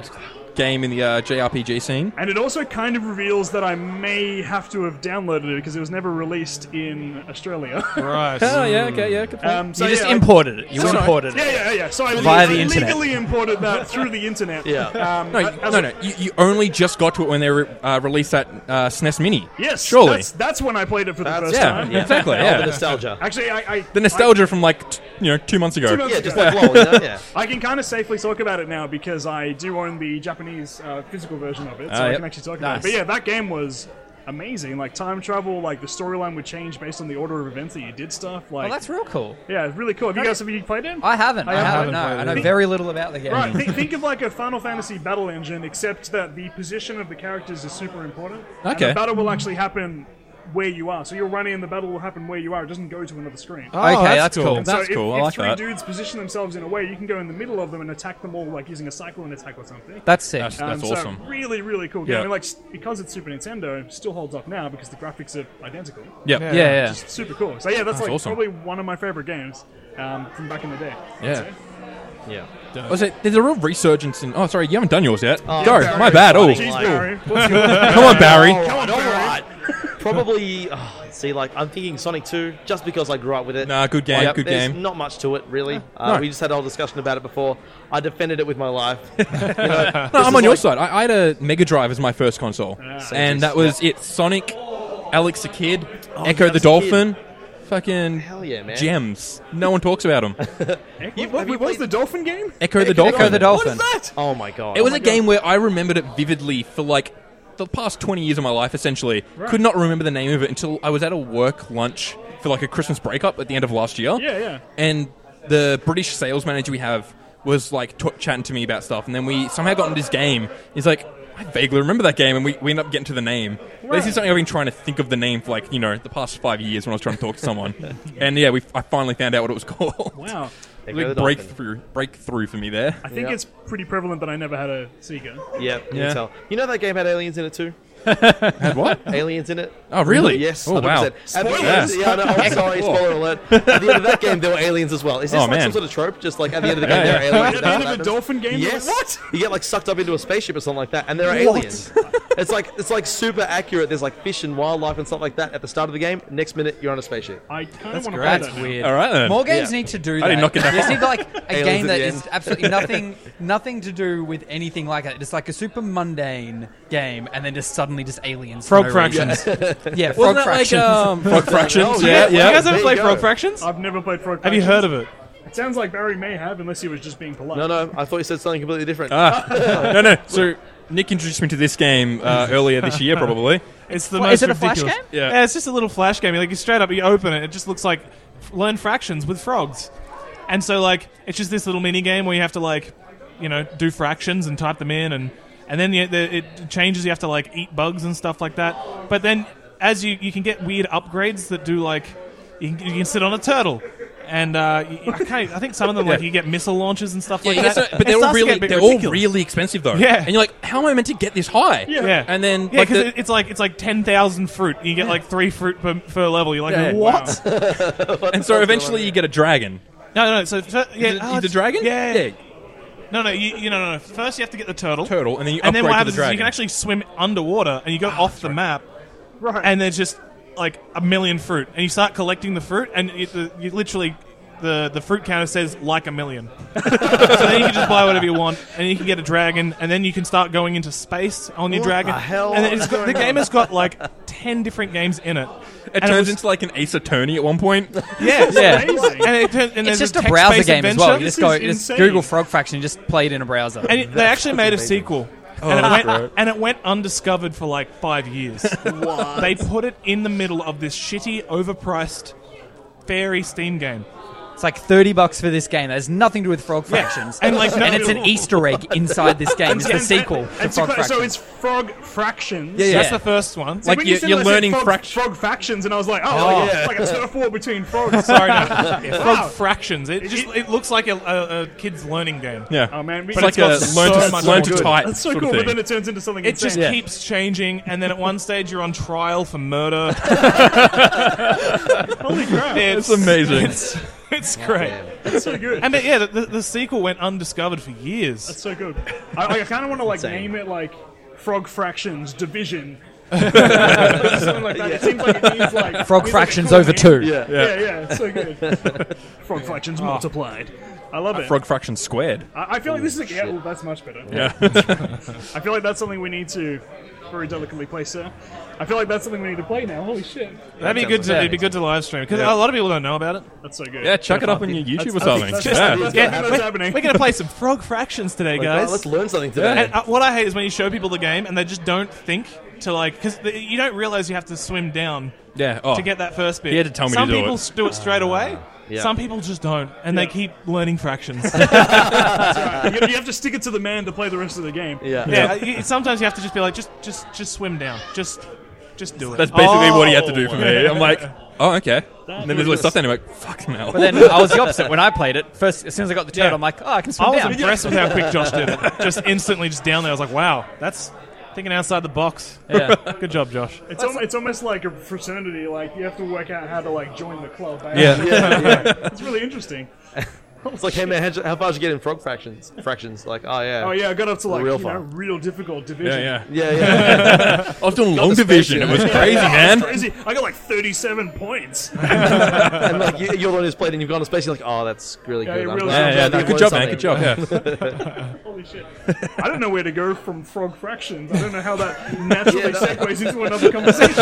S2: game in the uh, JRPG scene.
S5: And it also kind of reveals that I may have to have downloaded it because it was never released in Australia.
S3: Right.
S2: Oh, yeah, okay, yeah, good point.
S5: Um, so
S4: You just
S5: yeah, I-
S4: imported it. You
S5: So I-
S4: imported
S5: yeah,
S4: it.
S5: yeah, yeah. So I,
S4: Via
S5: le-
S4: the internet.
S5: legally imported that through the internet.
S6: Yeah.
S5: Um,
S2: no,
S5: as
S2: no,
S5: a-
S2: no. You, you only just got to it when they re- uh, released that uh, SNES Mini.
S5: Yes,
S2: surely.
S5: That's, that's when I played it for the
S6: That's-
S5: first
S2: yeah,
S5: time.
S2: exactly.
S6: Oh, the
S2: Yeah,
S6: nostalgia.
S5: Actually, I, I
S2: the nostalgia from like t- you know two months ago.
S5: Two months
S6: Yeah, just like lol. You know? Yeah.
S5: I, I can kind of safely talk about it now because I do own the Japanese uh, physical version of it, so
S2: Ah,
S5: I
S2: yep.
S5: can actually talk about it.
S4: Nice.
S5: But yeah, that game was amazing. Like time travel, like the storyline would change based on the order of events that you did stuff. Like,
S4: Well, that's real cool.
S5: yeah, it's really cool. Have you guys have you played it?
S4: I haven't. I,
S5: I
S4: haven't.
S5: haven't
S4: No,
S3: played
S4: I know
S5: it.
S4: very little about the game.
S5: Right, thi- think of like a Final Fantasy battle engine, except that the position of the characters is super important. And
S2: Okay.
S5: the battle will actually happen where you are. So you're running, and the battle will happen where you are. It doesn't go to another screen.
S3: Oh,
S4: Okay, that's cool.
S5: And
S2: that's
S5: so if,
S2: cool. I
S5: if
S2: like
S5: three
S2: that.
S5: dudes position themselves in a way, you can go in the middle of them and attack them all, like using a cyclone attack or something.
S4: That's sick.
S2: That's,
S5: Um,
S2: that's
S5: so
S2: awesome.
S5: Really, really cool game.
S2: Yeah.
S5: And like s- because it's Super Nintendo, it still holds up now because the graphics are identical.
S2: Yep. Yeah.
S3: Yeah.
S4: yeah, yeah.
S5: Just super cool. So yeah, that's, like
S2: awesome.
S5: probably one of my favorite games um, from back in the day.
S2: yeah.
S6: Yeah.
S2: Also, Oh, there's a real resurgence in. Oh, sorry, you haven't done yours yet. Go.
S6: Barry.
S2: My bad. Oh,
S5: Jeez,
S6: Wow.
S5: Barry, what's your
S2: come on, Barry.
S6: All Oh, right. Probably, oh, see, like, I'm thinking Sonic 2 just because I grew up with it.
S2: Nah, good game,
S6: Like,
S2: good
S6: there's
S2: game.
S6: not much to it, really. Uh,
S2: No.
S6: We just had a whole discussion about it before. I defended it with my life.
S2: No, I'm on your side. I, I had a Mega Drive as my first console, and that was it. Sonic, Alex the Kid, Echo
S6: Alex
S2: the
S6: the
S2: Dolphin, fucking
S6: Hell yeah, man.
S2: gems. No one talks about them.
S5: What, what,
S6: you
S5: was
S6: played-
S5: the dolphin game?
S2: Echo the Dolphin.
S4: Echo the Dolphin.
S6: Oh my god.
S2: It was a game where I remembered it vividly for like the past 20 years of my life, essentially. Could not remember the name of it until I was at a work lunch for like a Christmas breakup at the end of last year.
S5: Yeah, yeah.
S2: And the British sales manager we have was like t- chatting to me about stuff, and then we somehow got into this game. He's like, I vaguely remember that game, and we, we end up getting to the name. This is something I've been trying to think of the name for like, you know, the past five years when I was trying to talk to someone. and yeah, we, I finally found out what it was called.
S5: Wow.
S6: Echo the
S2: Like
S6: Dolphin.
S2: breakthrough, breakthrough for me there.
S5: I think
S6: Yeah.
S5: it's pretty prevalent that I never had a Sega.
S6: Yeah, you
S2: Yeah.
S6: can tell. You know that game had aliens in it too?
S2: Had what?
S6: Aliens in it?
S2: Oh, really?
S6: Yes.
S2: Oh, wow.
S6: 100%. At the end-
S2: Spoilers.
S6: yeah, I know, I'm sorry, spoiler alert. At the end of that game, there were aliens as well. Is this
S2: Oh,
S6: like
S2: man.
S6: some sort of trope? Just like at the end of the game, there are aliens.
S5: At
S6: and
S5: the end
S6: that
S5: of a
S6: happens?
S5: dolphin game, you're
S6: Yes.
S5: like, what?
S6: You get like sucked up into a spaceship or something like that, and there are aliens. it's like it's like super accurate. There's like fish and wildlife and stuff like that at the start of the game. Next minute, you're on a spaceship.
S5: I kind of want to play
S4: That's
S5: that. now.
S4: weird.
S2: All right then.
S4: More games
S6: Yeah.
S4: need to do that.
S2: I did not get that
S4: They just
S2: far.
S4: need like a
S6: Aliens
S4: game
S6: at
S4: that
S6: the
S4: is
S6: end.
S4: absolutely nothing, nothing to do with anything like that. Just like a super mundane game, and then just suddenly just aliens. for
S3: Frog
S4: no
S3: Fractions.
S4: reason. Yeah, frog
S2: Wasn't that
S4: fractions.
S2: like um, Frog Fractions?
S6: yeah.
S2: yeah,
S6: Yeah,
S2: yeah.
S3: You guys ever
S6: There
S3: play
S6: you go.
S3: Frog Fractions?
S5: I've never played Frog.
S3: Have you
S5: Fractions.
S3: heard of it?
S5: It sounds like Barry may have, unless he was just being polite.
S6: No, no, I thought you said something completely different.
S2: no, no. So Nick introduced me to this game uh, earlier this year, probably.
S3: It's the
S4: What,
S3: most
S4: is it a flash
S3: ridiculous-
S2: game? Yeah.
S3: it's just a little flash game. Like you straight up, you open it, it just looks like f- learn fractions with frogs, and so like it's just this little mini game where you have to like, you know, do fractions and type them in, and and then you, the, it changes. You have to like eat bugs and stuff like that. But then as you you can get weird upgrades that do like you can, you can sit on a turtle. And uh, you- I, can't, I think some of them like
S2: Yeah.
S3: you get missile launchers and stuff like
S2: Yeah,
S3: that.
S2: so- but
S3: It
S2: they're all
S3: starts to get
S2: really
S3: a bit
S2: they're all
S3: ridiculous.
S2: really expensive though.
S3: Yeah.
S2: and you're like, how am I meant to get this high?
S3: Yeah,
S2: and then
S3: yeah,
S2: like
S3: because
S2: the,
S3: it's like it's like ten thousand fruit. You get like three fruit per, per level. You're like,
S2: Yeah.
S3: what?
S2: and so eventually you get a dragon.
S3: No, no. So fir- yeah,
S2: Is it-
S3: oh,
S2: is the
S3: it's-
S2: dragon?
S3: Yeah, yeah.
S2: yeah,
S3: No, no. You, you know, no, no. First, you have to get the turtle.
S2: turtle, and then you
S3: And
S2: upgrade
S3: then what
S2: to the
S3: happens is
S2: dragon.
S3: you can actually swim underwater, and you
S4: Ah,
S3: go off the map,
S5: Right.
S3: and there's just like a million fruit, and you start collecting the fruit, and it, the, you literally. The, the fruit counter says like a million. so then you can just buy whatever you want, and you can get a dragon, and then you can start going into space on your
S6: What
S3: dragon.
S6: the hell
S3: and it's
S6: is
S3: got, the
S6: going
S3: game
S6: on?
S3: has got like ten different games in it.
S2: it
S3: and
S2: turns
S3: it was-
S2: into like an Ace Attorney at one point.
S3: Yeah,
S4: Yeah.
S5: Amazing.
S3: And it turns, and
S4: It's
S3: there's
S4: just a
S3: text-based
S4: browser game as well.
S3: adventure.
S4: You just
S5: This
S4: go,
S5: is
S4: you just
S5: insane.
S4: Google frog fraction, just play it in a browser.
S3: and it, they actually made a
S6: amazing.
S3: sequel.
S2: Oh,
S3: and, it went, and it went undiscovered for like five years. They put it in the middle of this shitty, overpriced fairy Steam game.
S4: It's like thirty bucks for this game. That has nothing to do with frog fractions,
S3: And, like, no-
S4: and it's an Easter egg inside this game. It's the sequel to frog
S5: And so, so
S4: fractions.
S5: it's Frog Fractions.
S2: Yeah.
S3: That's the first one.
S2: Like
S5: When
S2: you,
S5: you said
S2: you're
S5: that, I said
S2: learning
S5: frog,
S2: fraction.
S5: frog factions, and I was like, oh,
S6: Oh,
S5: like,
S6: yeah.
S5: it's like a turf war between frogs.
S3: Sorry, no.
S5: Wow.
S3: Frog Fractions. It just it looks like a, a, a kid's learning game.
S2: yeah,
S5: Oh, man, we-
S2: it's
S5: But
S2: like
S5: it's
S2: a
S5: got so
S2: learn to
S3: much
S2: learn
S3: more
S2: to
S3: good.
S2: type
S5: That's so
S2: sort
S5: cool,
S2: of
S5: but
S2: thing.
S5: then it turns into something
S3: It just
S5: insane.
S3: keeps changing, and then at one stage you're on trial for murder.
S5: Holy crap,
S3: It's,
S2: amazing.
S3: It's, it's great.
S5: that's so good.
S3: And but yeah, the, the, the sequel went undiscovered for years.
S5: That's so good. I, I kind of want to like name it like Frog Fractions Division. Something like that. It seems like it means like
S4: frog
S5: it's like a
S4: fractions
S5: cool
S4: over
S5: name.
S4: two.
S6: yeah.
S5: Yeah, yeah, it's so good. Frog Fractions multiplied. I love it.
S2: Frog fraction squared.
S5: I, I feel like this is a, yeah, well, that's much better.
S2: Yeah.
S5: I feel like that's something we need to very delicately play, sir. I feel like that's something we need to play now. Holy shit,
S3: That'd be
S6: sounds
S3: good. To,
S6: like-
S3: it'd be good to live stream because a lot of people don't know about it.
S5: that's so good.
S2: Yeah, chuck it up on your YouTube or something.
S5: that's,
S2: Yeah.
S5: that's,
S3: Yeah,
S5: that's
S3: we're,
S5: happening.
S3: we're gonna play some frog fractions today,
S6: Like, oh,
S3: guys.
S6: let's learn something today.
S3: and uh, what I hate is when you show people the game and they just don't think to like because you don't realize you have to swim down
S2: Yeah. Oh.
S3: to get that first bit.
S2: He had to tell me to
S3: Some
S2: do
S3: people
S2: it.
S3: s- do it straight
S4: Ah,
S3: away.
S6: yeah.
S3: Some people just don't, and they keep learning fractions.
S5: you, you have to stick it to the man to play the rest of the game.
S6: yeah.
S3: yeah, uh, you- sometimes you have to just be like, just, just, just swim down. Just, just do it.
S2: That's basically what he had to do for me. I'm like, oh, okay. And then there's like stuff down. I'm like, fuck no.
S4: But then I was the opposite. When I played it, first as soon as I got the turtle,
S3: Yeah.
S4: I'm like, oh, I can
S3: I
S4: swim
S3: was
S4: down.
S3: impressed with how quick Josh did it. Just instantly, just down there. I was like, wow, that's thinking outside the box.
S4: Yeah.
S3: Good job, Josh.
S5: It's, al- it's almost like a fraternity. Like you have to work out how to like join the club.
S2: Yeah.
S5: it's really interesting.
S6: It's like, hey man, how'd you- how far did you get in frog fractions? Fractions, like, oh yeah.
S5: Oh yeah, I got up to like
S6: Real
S5: you know,
S6: fun.
S5: real difficult division.
S2: Yeah, yeah.
S6: Yeah, yeah.
S2: I was doing long division. It
S6: spaceship.
S2: was crazy, man.
S5: That's crazy. I got like 37 points.
S6: and like you, you're the one who's played and you've gone to space. You're like, oh, that's really
S5: Yeah,
S6: good.
S5: it
S6: I'm
S5: really
S6: glad-
S5: is.
S2: Yeah, yeah,
S6: I'm glad
S2: no,
S6: I've
S2: good
S6: learned
S2: job,
S6: something.
S2: man. Good job. Yeah.
S5: Holy shit. I don't know where to go from frog fractions. I don't know how that naturally
S6: Yeah, that-
S5: segues into another conversation.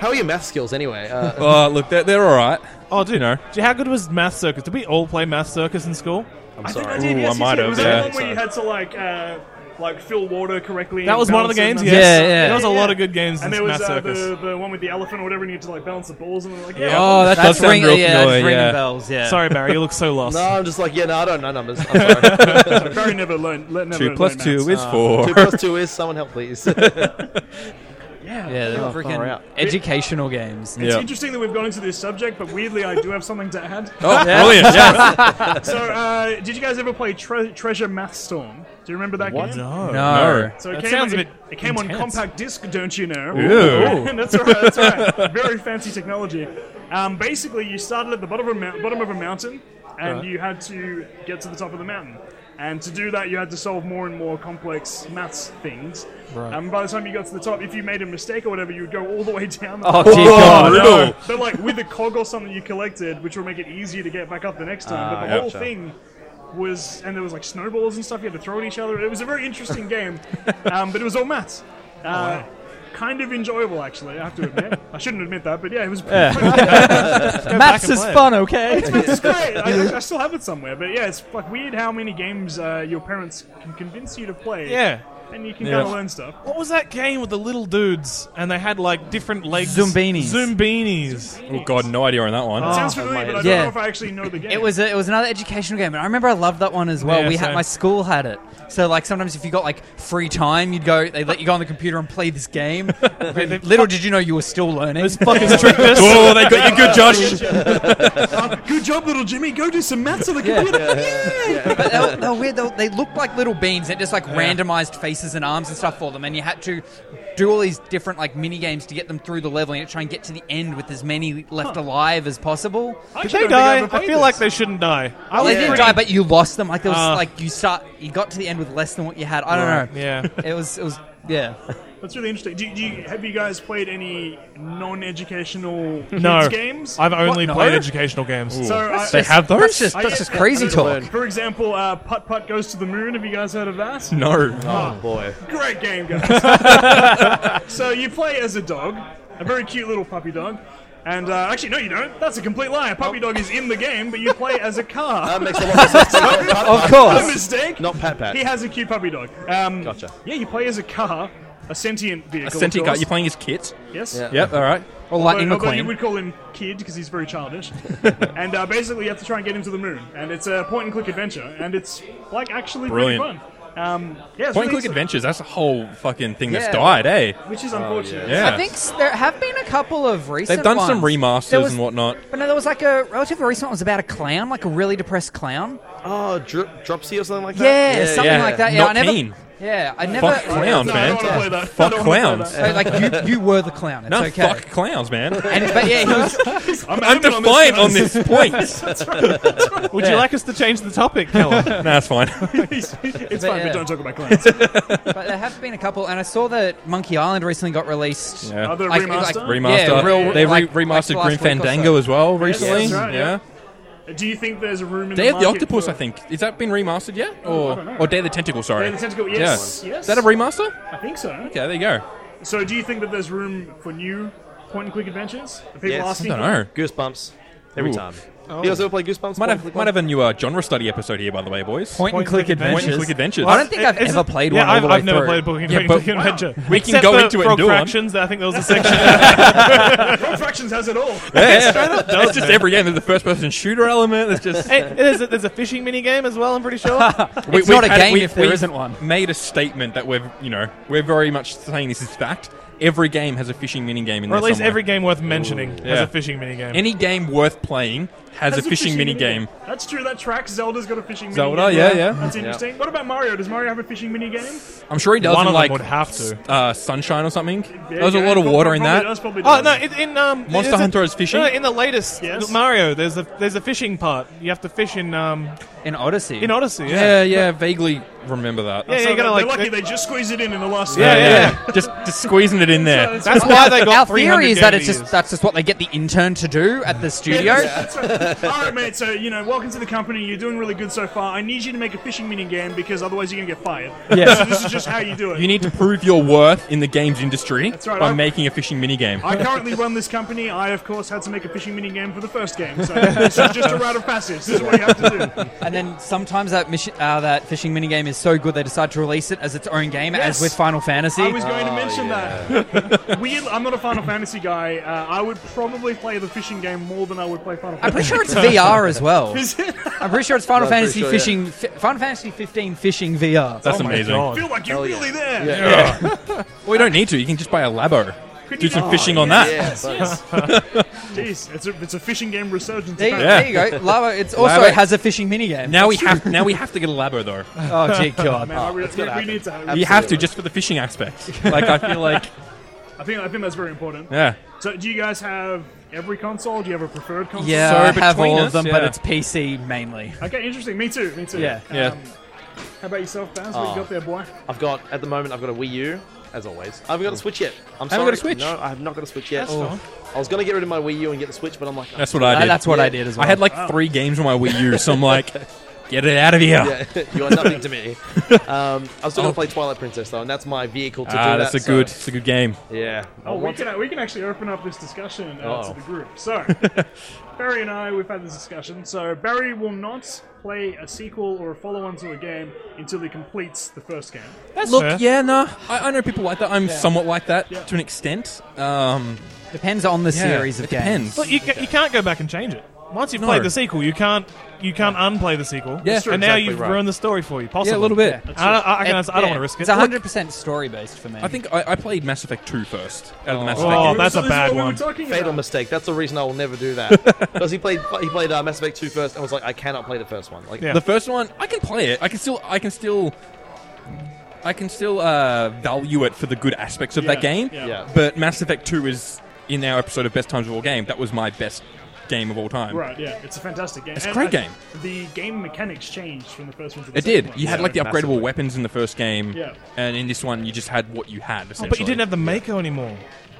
S6: How are your math skills anyway? Uh,
S2: Uh, look, they're, they're all right.
S3: Oh, dude,
S2: You know.
S3: gee, how good was Math Circus? Did we all play Math Circus in school?
S6: I'm sorry.
S5: I did,
S2: Ooh,
S5: yes,
S2: I
S5: yes,
S2: might
S5: yes.
S2: have,
S5: Was that
S2: yeah.
S5: the one where you had to like, uh, like fill water correctly?
S3: That
S5: and
S3: was one of the
S5: balance
S3: games.
S5: it
S3: Yes.
S2: Yeah,
S5: and-
S2: yeah.
S3: There was a
S5: Yeah,
S3: lot
S5: yeah.
S3: of good games
S5: And
S3: in
S5: there was
S3: Math
S5: uh,
S3: Circus.
S5: the, the one with the elephant or whatever, and you had to like balance the balls, and they're like, yeah,
S2: Oh, that does sound
S4: ring-
S2: real
S4: yeah, that's
S2: familiar.
S4: ringing
S2: yeah.
S4: bells. Yeah.
S3: Sorry, Barry, you look so lost.
S6: no, I'm just like, yeah, no, I don't know numbers. I'm sorry.
S5: Barry never learned. le- never
S2: Two plus
S5: learned
S2: two
S5: maths.
S2: is four.
S6: two plus two is someone help, please.
S4: Yeah, they're
S6: Oh, far
S4: freaking
S6: out.
S4: educational games.
S5: It's
S2: Yeah.
S5: interesting that we've gone into this subject, but weirdly, I do have something to add.
S2: Oh, brilliant! Yes.
S5: So, uh, did you guys ever play tre- Treasure Math Storm? Do you remember that game?
S3: No.
S2: No.
S5: So it
S3: That
S5: came
S3: sounds
S5: on,
S3: a bit
S5: it, it came on
S3: intense.
S5: compact disc, don't you know?
S2: Ooh.
S5: that's all right. That's all right. Very fancy technology. Um, basically, you started at the bottom of a, mou- bottom of a mountain, and you had to get to the top of the mountain. And to do that, you had to solve more and more complex maths things. Right. And by the time you got to the top, if you made a mistake or whatever, you would go all the way down. The
S4: Oh,
S5: bottom.
S4: dear God.
S2: brutal.
S5: But like with a cog or something you collected, which will make it easier to get back up the next time. but the
S6: Ah,
S5: whole
S6: gotcha.
S5: thing was, and there was like snowballs and stuff you had to throw at each other. It was a very interesting game, um, but it was all maths. Uh, Kind of enjoyable, actually. I have to admit. I shouldn't admit that, but yeah, it was pretty
S4: Maths
S3: and
S4: is
S3: play it.
S4: fun, okay?
S5: it's great. I, I still have it somewhere, but yeah, it's like weird how many games uh, your parents can convince you to play.
S3: Yeah.
S5: and you can
S2: Yeah.
S5: kind of learn stuff.
S3: What was that game with the little dudes and they had like different legs?
S4: Zumbinis.
S3: Zumbinis.
S2: Oh god, no idea on that one.
S5: Sounds familiar, but I don't
S4: Yeah.
S5: know if I actually know the game.
S4: It was a, it was another educational game, and I remember I loved that one as well.
S3: Yeah,
S4: we had
S3: same.
S4: my school had it, so like sometimes if you got like free time, you'd go. They let you go on the computer and play this game. Little did you know you were still learning.
S3: Fuckers tricked us.
S2: Oh, they got you good, Josh.
S5: Uh, good job, little Jimmy. Go do some maths on the computer.
S4: but they, were, they were weird. They, were- they looked like little beans. It just like randomized faces and arms and stuff for them, and you had to do all these different like mini games to get them through the level and try and get to the end with as many left alive as possible.
S3: Did they
S5: actually don't think I've
S3: die?
S5: ever
S3: I
S5: played
S3: feel like
S5: this.
S3: they shouldn't die. I
S4: Well,
S3: was
S4: they didn't
S3: pretty-
S4: die, but you lost them. Like there was
S2: Uh.
S3: Ah.
S4: like you start, you got to the end with less than what you had. I don't know.
S3: Yeah.
S4: It was it was yeah.
S5: That's really interesting. Do, do you, have you guys played any non-educational kids
S3: No.
S5: games?
S3: I've only
S4: What, no?
S3: played educational games.
S5: so I,
S2: They have those?
S4: That's just that's just crazy talk.
S5: For example, uh, Putt Putt Goes to the Moon. Have you guys heard of that?
S2: No.
S6: Oh boy.
S5: Great game, guys. so you play as a dog, a very cute little puppy dog. And uh, actually, no, you don't. That's a complete lie. A puppy dog is in the game, but you play as a car.
S6: That makes a lot of sense.
S4: Of
S5: A
S4: course.
S5: mistake.
S6: Not Pat Pat.
S5: He has a cute puppy dog. Um,
S6: Gotcha.
S5: Yeah, you play as a car, a sentient
S2: A
S5: vehicle. of
S2: sentient guy.
S5: course.
S2: You're playing as Kit.
S5: Yes.
S6: Yeah.
S2: Yep. All right.
S4: Or Lightning
S5: Although you
S4: McQueen.
S5: would call him kid because he's very childish. and uh, basically, you have to try and get him to the moon. And it's a point and click adventure, and it's like actually pretty
S2: Brilliant.
S5: fun. Um, yeah, it's
S2: Point and
S5: really
S2: Click Adventures. That's a whole fucking thing that's
S4: Yeah.
S2: died, eh?
S5: which is unfortunate.
S2: Yeah.
S4: I think s- there have been a couple of recent.
S2: They've done some
S4: ones. There
S2: remasters
S4: was-
S2: and whatnot.
S4: But no, there was like a relatively recent one was about a clown, like a really depressed clown.
S6: Oh, dro- dropsy or something like that.
S4: Yeah, something
S2: yeah.
S4: like that. Yeah,
S2: Not
S4: I never.
S2: keen.
S4: Yeah, I never.
S2: Fuck clowns,
S5: No, I don't
S2: man.
S5: want to play that. I
S2: Fuck
S5: don't wanna play
S2: clowns.
S5: that.
S4: So, like you, you were the clown. It's
S2: No,
S4: okay.
S2: fuck clowns, man.
S4: And but yeah, he was.
S2: I'm
S5: I'm, adamant
S2: defiant on
S5: guys.
S2: this point. Nah,
S3: Would you like us to change the topic, Keller?
S2: that's fine.
S5: it's
S4: But
S5: fine,
S4: yeah.
S5: but don't talk about clowns.
S4: But there have been a couple, and I saw that Monkey Island recently got released.
S2: Yeah.
S5: Other
S4: Like-
S5: remaster.
S4: like-
S2: Remaster.
S4: Yeah, real-
S2: they re- remastered
S4: like- like
S2: Grim
S4: last week or so.
S2: Fandango as well recently.
S5: that's right,
S2: yeah.
S5: yeah. Do you think there's a room in
S2: Day
S5: the
S2: of the
S5: market
S2: Octopus,
S5: for-
S2: I think. Is that been remastered yet? Or or Day of the Tentacle, sorry.
S5: Day of the Tentacle, yes,
S2: Yeah.
S5: yes.
S2: Is that a remaster?
S5: I think so.
S2: Yeah, there you go.
S5: So, do you think that there's room for new point and click adventures? Are people
S6: Yes.
S2: I
S5: asking?
S2: don't know.
S6: Goosebumps. Every
S2: Ooh.
S6: time. You guys ever play Goosebumps?
S2: Might
S6: Point
S2: have
S6: click
S2: might
S6: one?
S2: have a new uh, genre study episode here, by the way, boys.
S4: Point and click adventures.
S2: Point and click adventures.
S4: I don't think I've
S3: Is
S4: ever
S3: it-
S4: played
S3: yeah,
S4: one all
S3: I've,
S4: the way
S3: I've never
S4: through.
S3: played Point and
S2: Yeah,
S3: Click
S2: but-
S3: Click Adventure.
S2: We can
S3: Except
S2: go
S3: for
S2: into it and
S3: Frog
S2: do one.
S3: Fractions. I think there was a section.
S5: Frog Fractions has it all.
S2: That's just every game. There's the first person shooter element. It's just
S3: Hey, there's, a, there's a fishing mini game as well. I'm pretty sure.
S2: we,
S4: It's
S2: we've
S4: not a
S2: had-
S4: game
S2: we-
S4: if there
S2: we've
S4: isn't one.
S2: Made a statement that we're you know we're very much saying this is fact, every game has a fishing minigame in
S3: Or
S2: there
S3: at least
S2: somewhere.
S3: every game worth mentioning has
S2: Yeah.
S3: a fishing minigame.
S2: Any game worth playing has, a fishing, minigame.
S5: That's true. That tracks. Zelda's got a fishing
S2: Zelda,
S5: minigame.
S2: yeah, yeah.
S5: That's interesting. What about Mario? Does Mario have a fishing minigame?
S2: I'm sure he does
S3: One
S2: in
S3: of
S2: like
S3: them would have to.
S2: uh, sunshine or something.
S5: Yeah,
S2: There's a
S5: yeah,
S2: lot of
S5: prob-
S2: water in
S5: probably
S2: that.
S5: Does, probably
S3: Oh
S5: does.
S3: no! In, in um,
S2: Monster
S3: there's a-
S2: Hunter is fishing?
S3: No, in the latest
S5: Yes.
S3: Mario, there's a there's a fishing part. You have to fish in um
S4: in Odyssey.
S3: in Odyssey.
S2: Yeah, yeah, vaguely remember that.
S3: Yeah,
S5: So
S3: you gotta
S5: they're
S3: like.
S5: lucky they just squeeze it in in the last.
S3: Yeah, yeah, yeah.
S2: just just squeezing it in there.
S3: That's why they
S4: Our
S3: got.
S4: theory is that it's
S3: 300
S4: just that's just what they get the intern to do at the studio.
S5: That's right. All right, mate. So you know, welcome to the company. You're doing really good so far. I need you to make a fishing mini game because otherwise you're gonna get fired. So this is just how you do it.
S2: You need to prove your worth in the games industry
S5: right,
S2: by
S5: I'm-
S2: making a fishing minigame.
S5: I currently run this company. I, of course, had to make a fishing mini game for the first game. So this is just a rite of passage. This is what you have to do.
S4: And then sometimes that mission, uh, that fishing minigame is so good they decide to release it as its own game,
S5: Yes.
S4: as with Final Fantasy.
S5: I was going to
S6: Oh,
S5: mention that. Weird, I'm not a Final Fantasy guy. Uh, I would probably play the fishing game more than I would play Final
S4: I'm
S5: Fantasy.
S4: pretty sure it's VR as well.
S5: Is it?
S4: I'm pretty sure it's Final
S6: I'm pretty
S4: Fantasy
S6: sure, yeah.
S4: fishing, fi- Final Fantasy 15 fishing VR.
S2: That's
S3: Oh my
S2: amazing.
S3: God.
S5: I feel like you're
S6: yeah.
S5: really there.
S2: Well, you don't need to. You can just buy a Labo.
S5: Could
S2: Do
S5: you-
S2: some fishing
S3: Oh,
S2: on that.
S6: Ah! Yes.
S5: Jeez, it's a, it's a fishing game resurgence.
S4: There, you-
S5: apparently.
S4: there you go. Lava. It's also
S2: Lava-
S4: has a fishing minigame.
S2: Now we have now we have to get a Labo though.
S4: Oh, gee, God.
S5: Man, I really- we need to have.
S2: You have to
S6: Absolutely.
S2: just for the fishing aspect. Like I feel like
S5: I think I think that's very important.
S2: yeah.
S5: So, do you guys have every console? Do you have a preferred console?
S4: Yeah,
S2: So
S4: I have
S2: between
S4: all of
S2: us,
S4: them, but
S2: yeah.
S4: it's PC mainly.
S5: Okay, interesting. Me too. Me too. Um,
S4: Yeah.
S2: Yeah.
S5: How about yourself, Baz? What you
S6: Oh.
S5: got there, boy?
S6: I've got at the moment. I've got a Wii U, as always. I haven't got a Switch yet.
S2: Haven't
S6: I'm sorry.
S2: got a Switch?
S6: No, I have not got a Switch yet.
S3: That's fine.
S6: I was gonna get rid of my Wii U and get the Switch, but I'm like,
S2: That's what I
S4: Uh,
S2: did.
S4: that's what I did as well.
S2: I had like three games on my Wii U, so I'm like, get it out of here.
S6: you are nothing to me. Um, I'm still gonna play Twilight Princess though, and that's my vehicle to
S2: Oh. Ah,
S6: do
S2: that's
S6: that.
S2: a
S6: so-
S2: good, it's a good game.
S6: Yeah. I
S5: Oh, we
S6: want to-
S5: can, we can actually open up this discussion uh,
S6: Uh-oh.
S5: to
S2: Oh.
S5: the group. So, Barry and I, we've had this discussion. So, Barry will not play a sequel or a follow on to a game until he completes the first game.
S3: That's
S2: Look,
S3: fair.
S2: yeah, no, I, I know people like that. I'm somewhat like that to an extent. Um,
S4: Depends on the
S2: yeah,
S4: series of
S2: it
S4: games.
S2: depends.
S3: Look, you, ca- you can't go back and change it. Once you've
S2: No.
S3: played the sequel, you can't you can't unplay the sequel.
S2: That's true,
S3: and now
S6: exactly
S3: you've
S6: right.
S3: ruined the story for you. Possibly
S2: Yeah, a little bit.
S3: I, don't- I, I, can,
S4: It-
S3: I don't
S4: yeah.
S3: want to risk it.
S4: It's 100 percent story based for me.
S2: I think I, I played Mass Effect 2 first out of the Mass
S3: Oh.
S2: Effect.
S3: Oh,
S2: games.
S3: that's
S5: So
S3: a
S5: this is
S3: bad
S5: what we were
S3: one.
S5: talking
S6: Fatal
S5: about.
S6: mistake. That's the reason I will never do that. Because he played he played uh, Mass Effect 2 first and was like, I cannot play the first one. Like,
S3: Yeah.
S2: The first one, I can play it. I can still, I can still, I can still uh, value it for the good aspects of
S5: Yeah,
S2: that game.
S5: yeah.
S6: Yeah.
S2: But Mass Effect 2 is in our episode of Best Times of All Game. That was my best game of all time.
S5: Right, yeah, it's a fantastic game. It's
S2: a great game.
S5: The game mechanics changed from the first one to the
S2: It
S5: second
S2: did.
S5: one.
S2: You had
S5: So-
S2: like the upgradable
S6: massively.
S2: weapons in the first game,
S5: Yeah.
S2: and in this one you just had what you had.
S3: Oh,
S2: Essentially.
S3: but you didn't have the Mako anymore.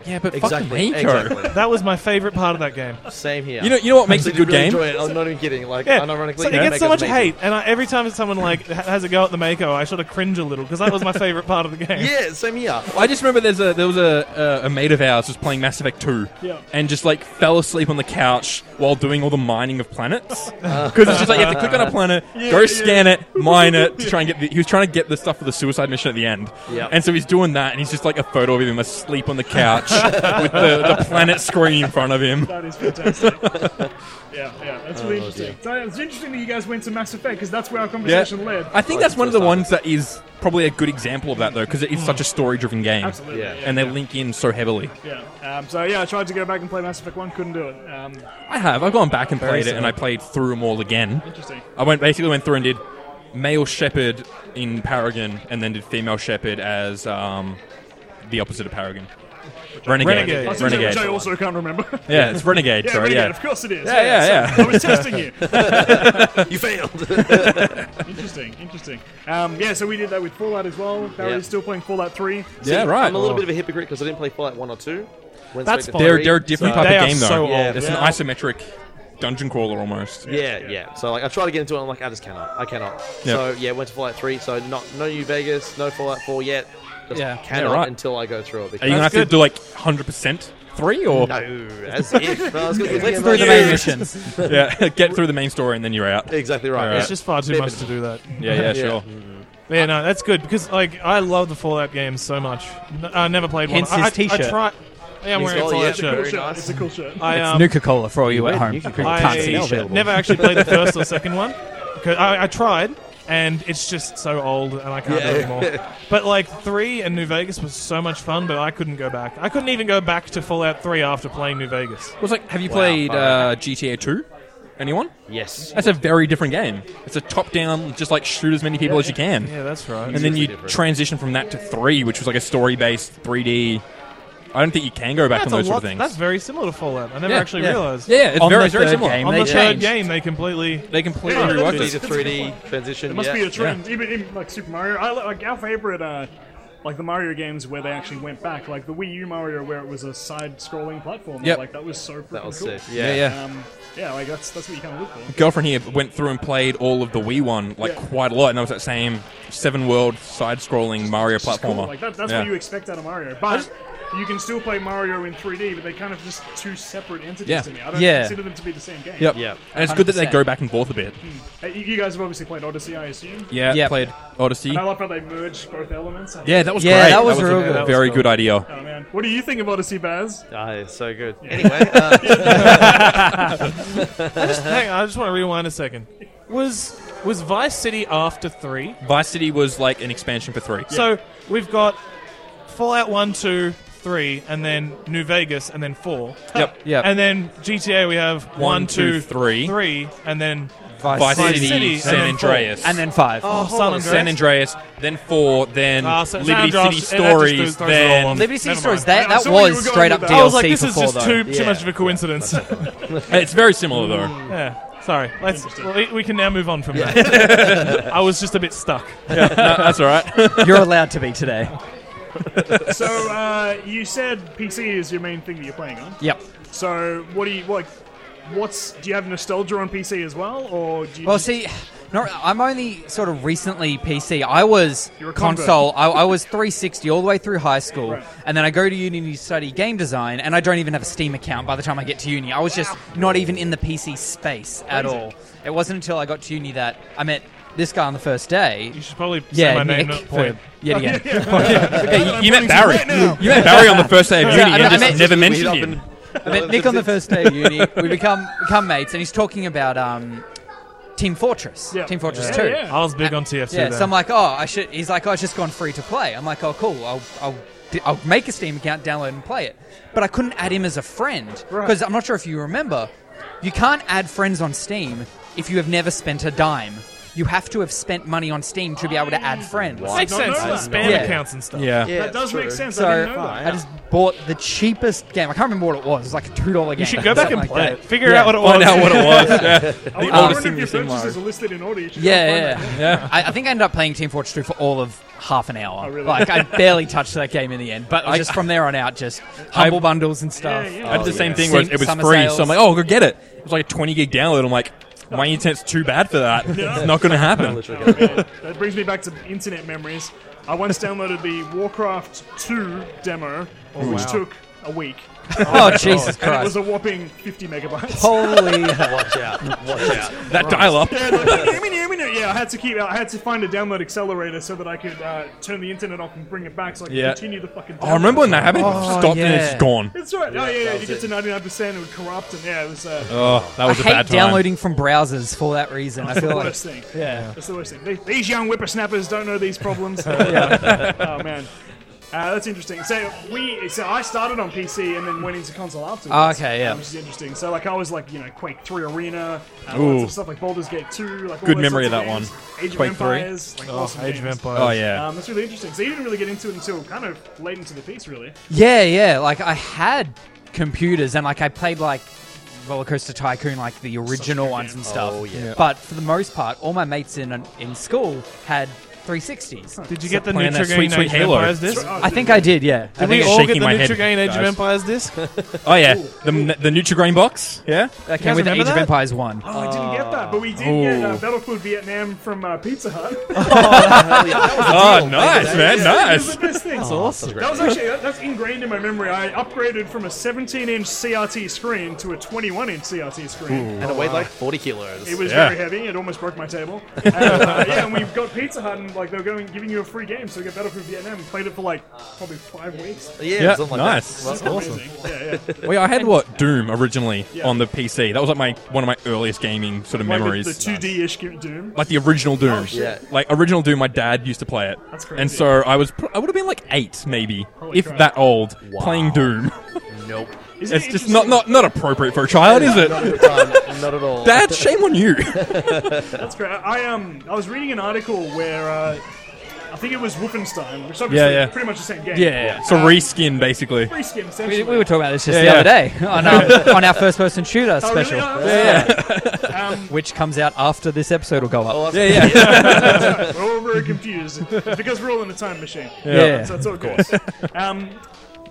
S2: yeah, but
S6: Exactly.
S2: fucking Mako.
S6: exactly.
S3: That was my favorite part of that game.
S6: Same here.
S2: You know, you know what makes a
S6: Actually,
S2: good
S6: really
S2: game?
S6: Enjoy it. I'm not even kidding. Like,
S3: Yeah,
S6: unironically,
S3: so it
S6: Mako's
S3: gets so much
S6: amazing.
S3: hate, and I, every time someone like ha- has a go at the Mako, I sort of cringe a little because that was my favorite part of the game.
S6: Yeah, same here.
S2: I just remember there's a there was a, a, a mate of ours just playing Mass Effect 2
S5: Yeah.
S2: and just like fell asleep on the couch while doing all the mining of planets because it's just like you have to click on a planet, go scan it, mine it to try and get. The, he was trying to get the stuff for the suicide mission at the end,
S6: Yeah.
S2: and so he's doing that and he's just like a photo of him asleep on the couch with the, the planet screen in front of him.
S5: That is fantastic. yeah, yeah, that's really interesting. So it's interesting that you guys went to Mass Effect because that's where our conversation led.
S2: I think that's one of the ones that is probably a good example of that though because it is such a story-driven game
S5: Hmm. Absolutely.
S6: Yeah.
S5: yeah,
S2: and they
S5: yeah.
S2: link in so heavily.
S5: Yeah. Um, so yeah, I tried to go back and play Mass Effect One, couldn't do it. Um,
S2: I have. I've gone back and played it,
S6: similar.
S2: and I played through them all again.
S5: interesting.
S2: I went basically went through and did male shepherd in Paragon, and then did female shepherd as um, the opposite of Paragon. Renegade.
S3: Renegade.
S5: That's interesting,
S6: That's
S2: Renegade.
S5: Which I also can't remember. yeah,
S2: Yeah, it's renegade. sorry,
S5: Renegade.
S2: yeah.
S5: Of course it is.
S2: Yeah, yeah,
S5: so I was testing you.
S6: you failed.
S5: interesting, interesting. Um, yeah, so we did that with Fallout as well. Barry's
S6: Yeah.
S5: still playing Fallout Three.
S2: yeah, right. Oh.
S6: I'm a little bit of a hypocrite because I didn't play Fallout 1 or 2. Went
S3: That's
S6: straight to
S3: fine.
S2: They're
S6: three,
S2: they're a different
S6: so-
S2: type
S3: They
S2: of
S3: are
S2: game
S3: so
S2: though.
S3: old.
S2: It's
S6: Yeah.
S2: an isometric dungeon crawler almost.
S6: Yeah, yeah, So like, I tried to get into it. and I'm like, I just cannot. I cannot.
S2: Yeah.
S6: So yeah, went to Fallout Three. So not no New Vegas, no Fallout Four yet. Just
S4: Yeah.
S6: cannot
S2: Yeah, right.
S6: until I go
S2: Are
S6: through it.
S2: you gonna have
S3: That's
S2: to
S3: good.
S2: do like hundred percent three or
S6: no, as if. No, I was gonna get
S4: Click through the main missions.
S2: yeah, get through the main story and then you're out.
S6: Exactly right.
S2: Alright.
S3: It's just far too
S6: Bit-
S3: much to do that.
S2: Yeah, yeah, sure.
S3: Yeah, no, that's good because like I love the Fallout games so much. N- I never played
S4: Hence
S3: one. I-
S4: his
S3: I,
S4: t-shirt.
S3: I try. Yeah, I'm
S6: He's
S3: wearing a
S6: got-
S3: Fallout
S6: yeah,
S5: It's a cool
S6: Very
S3: shirt.
S5: shirt.
S6: nice.
S5: It's a cool shirt.
S3: I, um,
S4: Nuka Cola for all you at
S6: Wait,
S4: home.
S6: Nuka-Cola.
S4: Can't see
S3: I
S4: shit.
S6: available.
S3: never actually played the first or second one. 'Cause I, I tried, and it's just so old, and I can't
S6: Yeah.
S3: do it anymore. but like three and New Vegas was so much fun, but I couldn't go back. I couldn't even go back to Fallout Three after playing New Vegas.
S2: Well, it's like, have you played uh, GTA 2? Anyone?
S6: Yes.
S2: That's a very different game. It's a top-down, just like shoot as many people as you can,
S3: Yeah, that's right.
S2: and then you
S6: different.
S2: transition from that to three, which was like a story-based 3D. I don't think you can go back
S3: that's
S2: on
S3: a
S2: those sort
S3: lot.
S2: of things.
S3: That's very similar to Fallout. I never
S2: Yeah,
S3: actually
S2: yeah.
S3: realized.
S2: Yeah, yeah, it's
S1: On
S2: very,
S1: the
S2: very
S1: third
S2: similar.
S1: game,
S3: On
S1: they
S3: the third
S1: changed.
S3: game, they completely.
S2: They completely
S5: Yeah,
S2: reworked
S6: It's
S2: it.
S6: a 3D transition.
S5: It must
S6: yeah.
S5: be a trend, even in like Super Mario. I, li- like our favorite, uh, like the Mario games where they actually went back, like the Wii U Mario, where it was a side-scrolling platform.
S2: Yep.
S5: Like that was so freaking
S6: That was
S5: cool.
S6: sick.
S2: Yeah,
S6: Yeah,
S2: yeah.
S5: Um, yeah, like that's that's what you kind of look for.
S2: Girlfriend here went through and played all of the Wii one like
S5: Yeah.
S2: quite a lot, and that was that same seven-world side-scrolling Mario
S5: Cool,
S2: platformer.
S5: Like that, that's
S2: Yeah.
S5: what you expect out of Mario. But you can still play Mario in 3D, but they're kind of just two separate entities
S2: Yeah.
S5: to me. I don't
S1: Yeah.
S5: consider them to be the same game.
S2: Yep.
S6: Yeah.
S2: And it's good that they
S1: 100%.
S2: go back and forth a bit.
S5: Uh, you- You guys have obviously played Odyssey, I assume.
S2: Yeah.
S1: Yep.
S2: Played Odyssey.
S5: And I love how they merged both elements. I-
S2: Yeah, that was
S1: Yeah,
S2: great.
S1: that was
S2: a
S1: real good. That
S2: very good idea.
S5: Oh, man. What do you think of Odyssey, Baz?
S6: Ah, it's so good. Anyway, uh,
S2: Uh-huh.
S3: Hang on, I just want to rewind a second. Was was Vice City after three?
S2: Vice City was like an expansion for three.
S3: So we've got Fallout 1, 2, 3, and then New Vegas, and then 4.
S2: Yep.
S1: Yep.
S3: And then GTA, we have
S2: One,
S3: 1, two,
S2: two, three.
S3: 3, and then.
S2: Vice
S3: Vice
S2: City,
S3: City,
S2: San
S3: and then four.
S2: Andreas,
S1: and then five.
S3: Oh,
S6: hold
S3: San
S6: on.
S3: Andreas.
S2: San Andreas, then four, then
S3: Ah, so- San
S2: Liberty
S3: Andreas,
S2: City
S3: it- that just
S2: Stories,
S3: throws it all
S2: then
S3: on.
S4: E
S1: Liberty City
S3: Never
S1: Stories.
S3: mind.
S5: I-
S1: That
S5: I
S1: that
S5: saw where you
S1: was
S5: were
S1: straight
S5: going
S1: up
S5: with
S1: DLC
S5: that.
S3: I was like, this
S1: for
S3: is
S1: four,
S3: just
S1: though.
S3: too, too
S6: Yeah.
S3: much of a coincidence.
S2: it's very similar
S3: Mm.
S2: though.
S3: yeah. Sorry. Let's, we, we can now move on from that. I was just a bit stuck.
S2: No, that's all right.
S1: You're allowed to be today.
S5: So uh, you said PC is your main thing that you're playing on.
S1: Yep.
S5: So what do you like? What's do you have nostalgia on PC as well, or do you?
S4: Well,
S5: just-
S4: see, no, I'm only sort of recently PC. I was
S5: You're a convert.
S4: console. I, I was 360 all the way through high school,
S5: Right.
S4: and then I go to uni to study game design, and I don't even have a Steam account by the time I get to uni. I was just not even in the PC space at all. It wasn't until I got to uni that I met this guy on the first day.
S3: You should probably say
S4: Yeah,
S3: my
S4: Nick.
S3: name, not
S4: for-
S3: point.
S4: yet again.
S2: okay, you, you met Barry. you met Barry on the first day of uni
S4: Yeah, I know,
S2: and
S4: I
S2: just
S4: met-
S2: never
S6: we meet
S2: mentioned
S6: up
S2: him.
S6: and-
S4: I met Nick on the first day of uni. We become become mates, and he's talking about um, Team Fortress,
S5: Yeah.
S4: Team Fortress
S5: Yeah,
S4: Two.
S5: yeah.
S3: I was big on TF2.
S4: Yeah,
S3: then.
S4: so I'm like, oh, I should. He's like, oh, it's just gone free to play. I'm like, oh, cool. I'll, I'll, d- I'll make a Steam account, download and play it. But I couldn't add him as a friend because I'm not sure if you remember, you can't add friends on Steam if you have never spent a dime. You have to have spent money on Steam to be able to add friends.
S3: Makes
S5: I don't
S3: sense.
S5: know that.
S3: Spam
S4: Yeah.
S3: accounts and stuff.
S2: Yeah.
S6: yeah,
S5: Ah. that does
S6: true.
S5: make sense.
S4: So
S5: I didn't know that.
S4: I just bought the cheapest game. I can't remember what it was. It was like a two dollar game.
S3: You should go back
S4: something
S3: and
S4: like
S3: play
S4: that.
S3: it. Figure
S4: Yeah.
S3: out what it was.
S2: Find out what it was. Yeah.
S5: I was wondering
S2: oldest thing
S5: if
S2: we've
S5: your
S2: seen
S5: purchases are
S2: live.
S5: listed in order. You should go find
S4: Yeah,
S5: that.
S4: yeah. I, I think I ended up playing Team Fortress 2 for all of half an hour.
S5: Oh, really?
S4: Like I barely touched that game in the end, but it was
S2: I-
S4: just from there on out, just humble bundles and stuff.
S5: Yeah, yeah.
S2: I did the same thing
S4: Sync
S2: where it was
S4: summer
S2: free,
S4: sales.
S2: so I'm like, oh, go get it. It was like a 20 gig download. I'm like, my internet's too bad for that. It's not going to happen.
S6: Literally.
S5: That brings me back to internet memories. I once downloaded the Warcraft 2 demo, which took a week.
S4: Oh Jesus
S5: And it was
S4: Christ!
S5: a whopping 50 megabytes.
S4: Holy!
S6: Watch out. Watch out.
S2: That dial up.
S5: Yeah, like, uh, I mean, I mean, yeah, I had to keep. I had to find a download accelerator so that I could uh, turn the internet off and bring it back, so I could
S2: Yeah.
S5: continue the fucking.
S2: I remember when that happened. it
S4: Oh,
S2: stopped and
S4: yeah.
S2: it's gone.
S5: That's right. oh yeah, yeah.
S6: that
S5: You
S6: was
S5: get
S6: it.
S5: to 99 percent, it would corrupt, and yeah, it was uh,
S2: Oh, that
S4: I
S2: was a bad
S4: hate
S2: time.
S4: downloading from browsers for that reason. I
S5: the
S4: feel like
S5: worst thing. Yeah, that's the worst thing. They, these young whippersnappers don't know these problems. oh man. Uh, that's interesting. So we, so I started on PC and then went into console
S4: Oh,
S5: afterwards.
S4: okay, yeah.
S5: which is interesting. So like I was like you know Quake Three Arena, uh,
S2: Ooh.
S5: lots of stuff like Baldur's Gate Two, like all
S2: Good
S5: those
S2: memory
S5: sorts
S2: of that
S5: games.
S2: one.
S5: Age of
S2: Quake 3.
S5: Empires, like
S3: Oh,
S5: awesome
S3: Age of
S5: games.
S3: Empires.
S2: Oh, yeah.
S5: Um, that's really interesting. So you didn't really get into it until kind of late into the piece, really.
S4: yeah, yeah. Like I had computers and like I played like Roller Coaster Tycoon, like the original ones and stuff.
S6: Oh, yeah.
S4: But for the most part, all my mates in in school had 360s.
S3: Did you get the
S2: Playing that
S3: Nutrigrain
S2: sweet, sweet
S3: Age of
S2: Halo.
S3: Empires disc?
S5: Oh,
S4: I think I did. Yeah. I
S3: Did we
S2: it's
S3: all get
S2: shaking
S3: the
S2: my head,
S3: Nutrigrain Age of
S2: guys.
S3: Empires disc?
S2: Oh yeah, the the Nutrigrain box. Yeah,
S3: guys
S4: That came with Age
S3: remember
S4: of
S3: that?
S4: Empires 1.
S5: Oh, I didn't get that, but we did get uh, Battlefield Vietnam from uh, Pizza Hut.
S2: Oh, nice man,
S5: It was
S2: nice.
S5: the best thing. That was actually that- that's ingrained in my memory. I upgraded from a 17-inch CRT screen to a 21-inch CRT screen.
S6: And it weighed like 40 kilos.
S5: It was
S2: Yeah.
S5: very heavy. It almost broke my table. And, uh, yeah, and we've got Pizza Hut, and Like they were going giving you a free game, so we got Battlefield Vietnam. Played it for like probably five weeks.
S6: Yeah,
S2: Yeah,
S6: something like
S2: nice.
S6: that. Well,
S5: It's amazing. Yeah, yeah.
S2: Well, yeah, I had what Doom originally
S5: Yeah.
S2: on the PC. That was like my one of my earliest gaming sort of
S5: Like the-
S2: memories.
S5: the two D ish Doom.
S2: like the original Doom.
S5: shit.
S6: Yeah.
S2: Like original Doom, my dad used to play it.
S5: That's
S2: And
S5: crazy.
S2: so I was, pr- I would have been like eight maybe,
S5: Holy
S2: if
S5: crap.
S2: that old, playing Doom.
S6: nope.
S5: Isn't
S2: It's
S5: it
S2: just not,
S5: interesting-
S2: not not appropriate for a child, is
S6: Not
S2: it?
S6: at the time, not at all.
S2: Dad, shame on you.
S5: That's great. I um I was reading an article where uh, I think it was Wolfenstein, which is obviously
S2: Yeah, yeah.
S5: pretty much the same game. Uh,
S2: It's a reskin basically.
S5: Reskin,
S4: We,
S5: essentially.
S4: we were talking about this just
S2: Yeah,
S4: the
S2: yeah.
S4: other day on our, on our first person shooter
S5: Oh,
S4: special,
S5: Really? Oh,
S4: which comes out after this episode will go up.
S6: Oh,
S2: Yeah,
S6: yeah.
S2: yeah.
S5: yeah. We're all very confused It's because we're all in a time machine.
S4: Yeah.
S5: So it's all good. Um,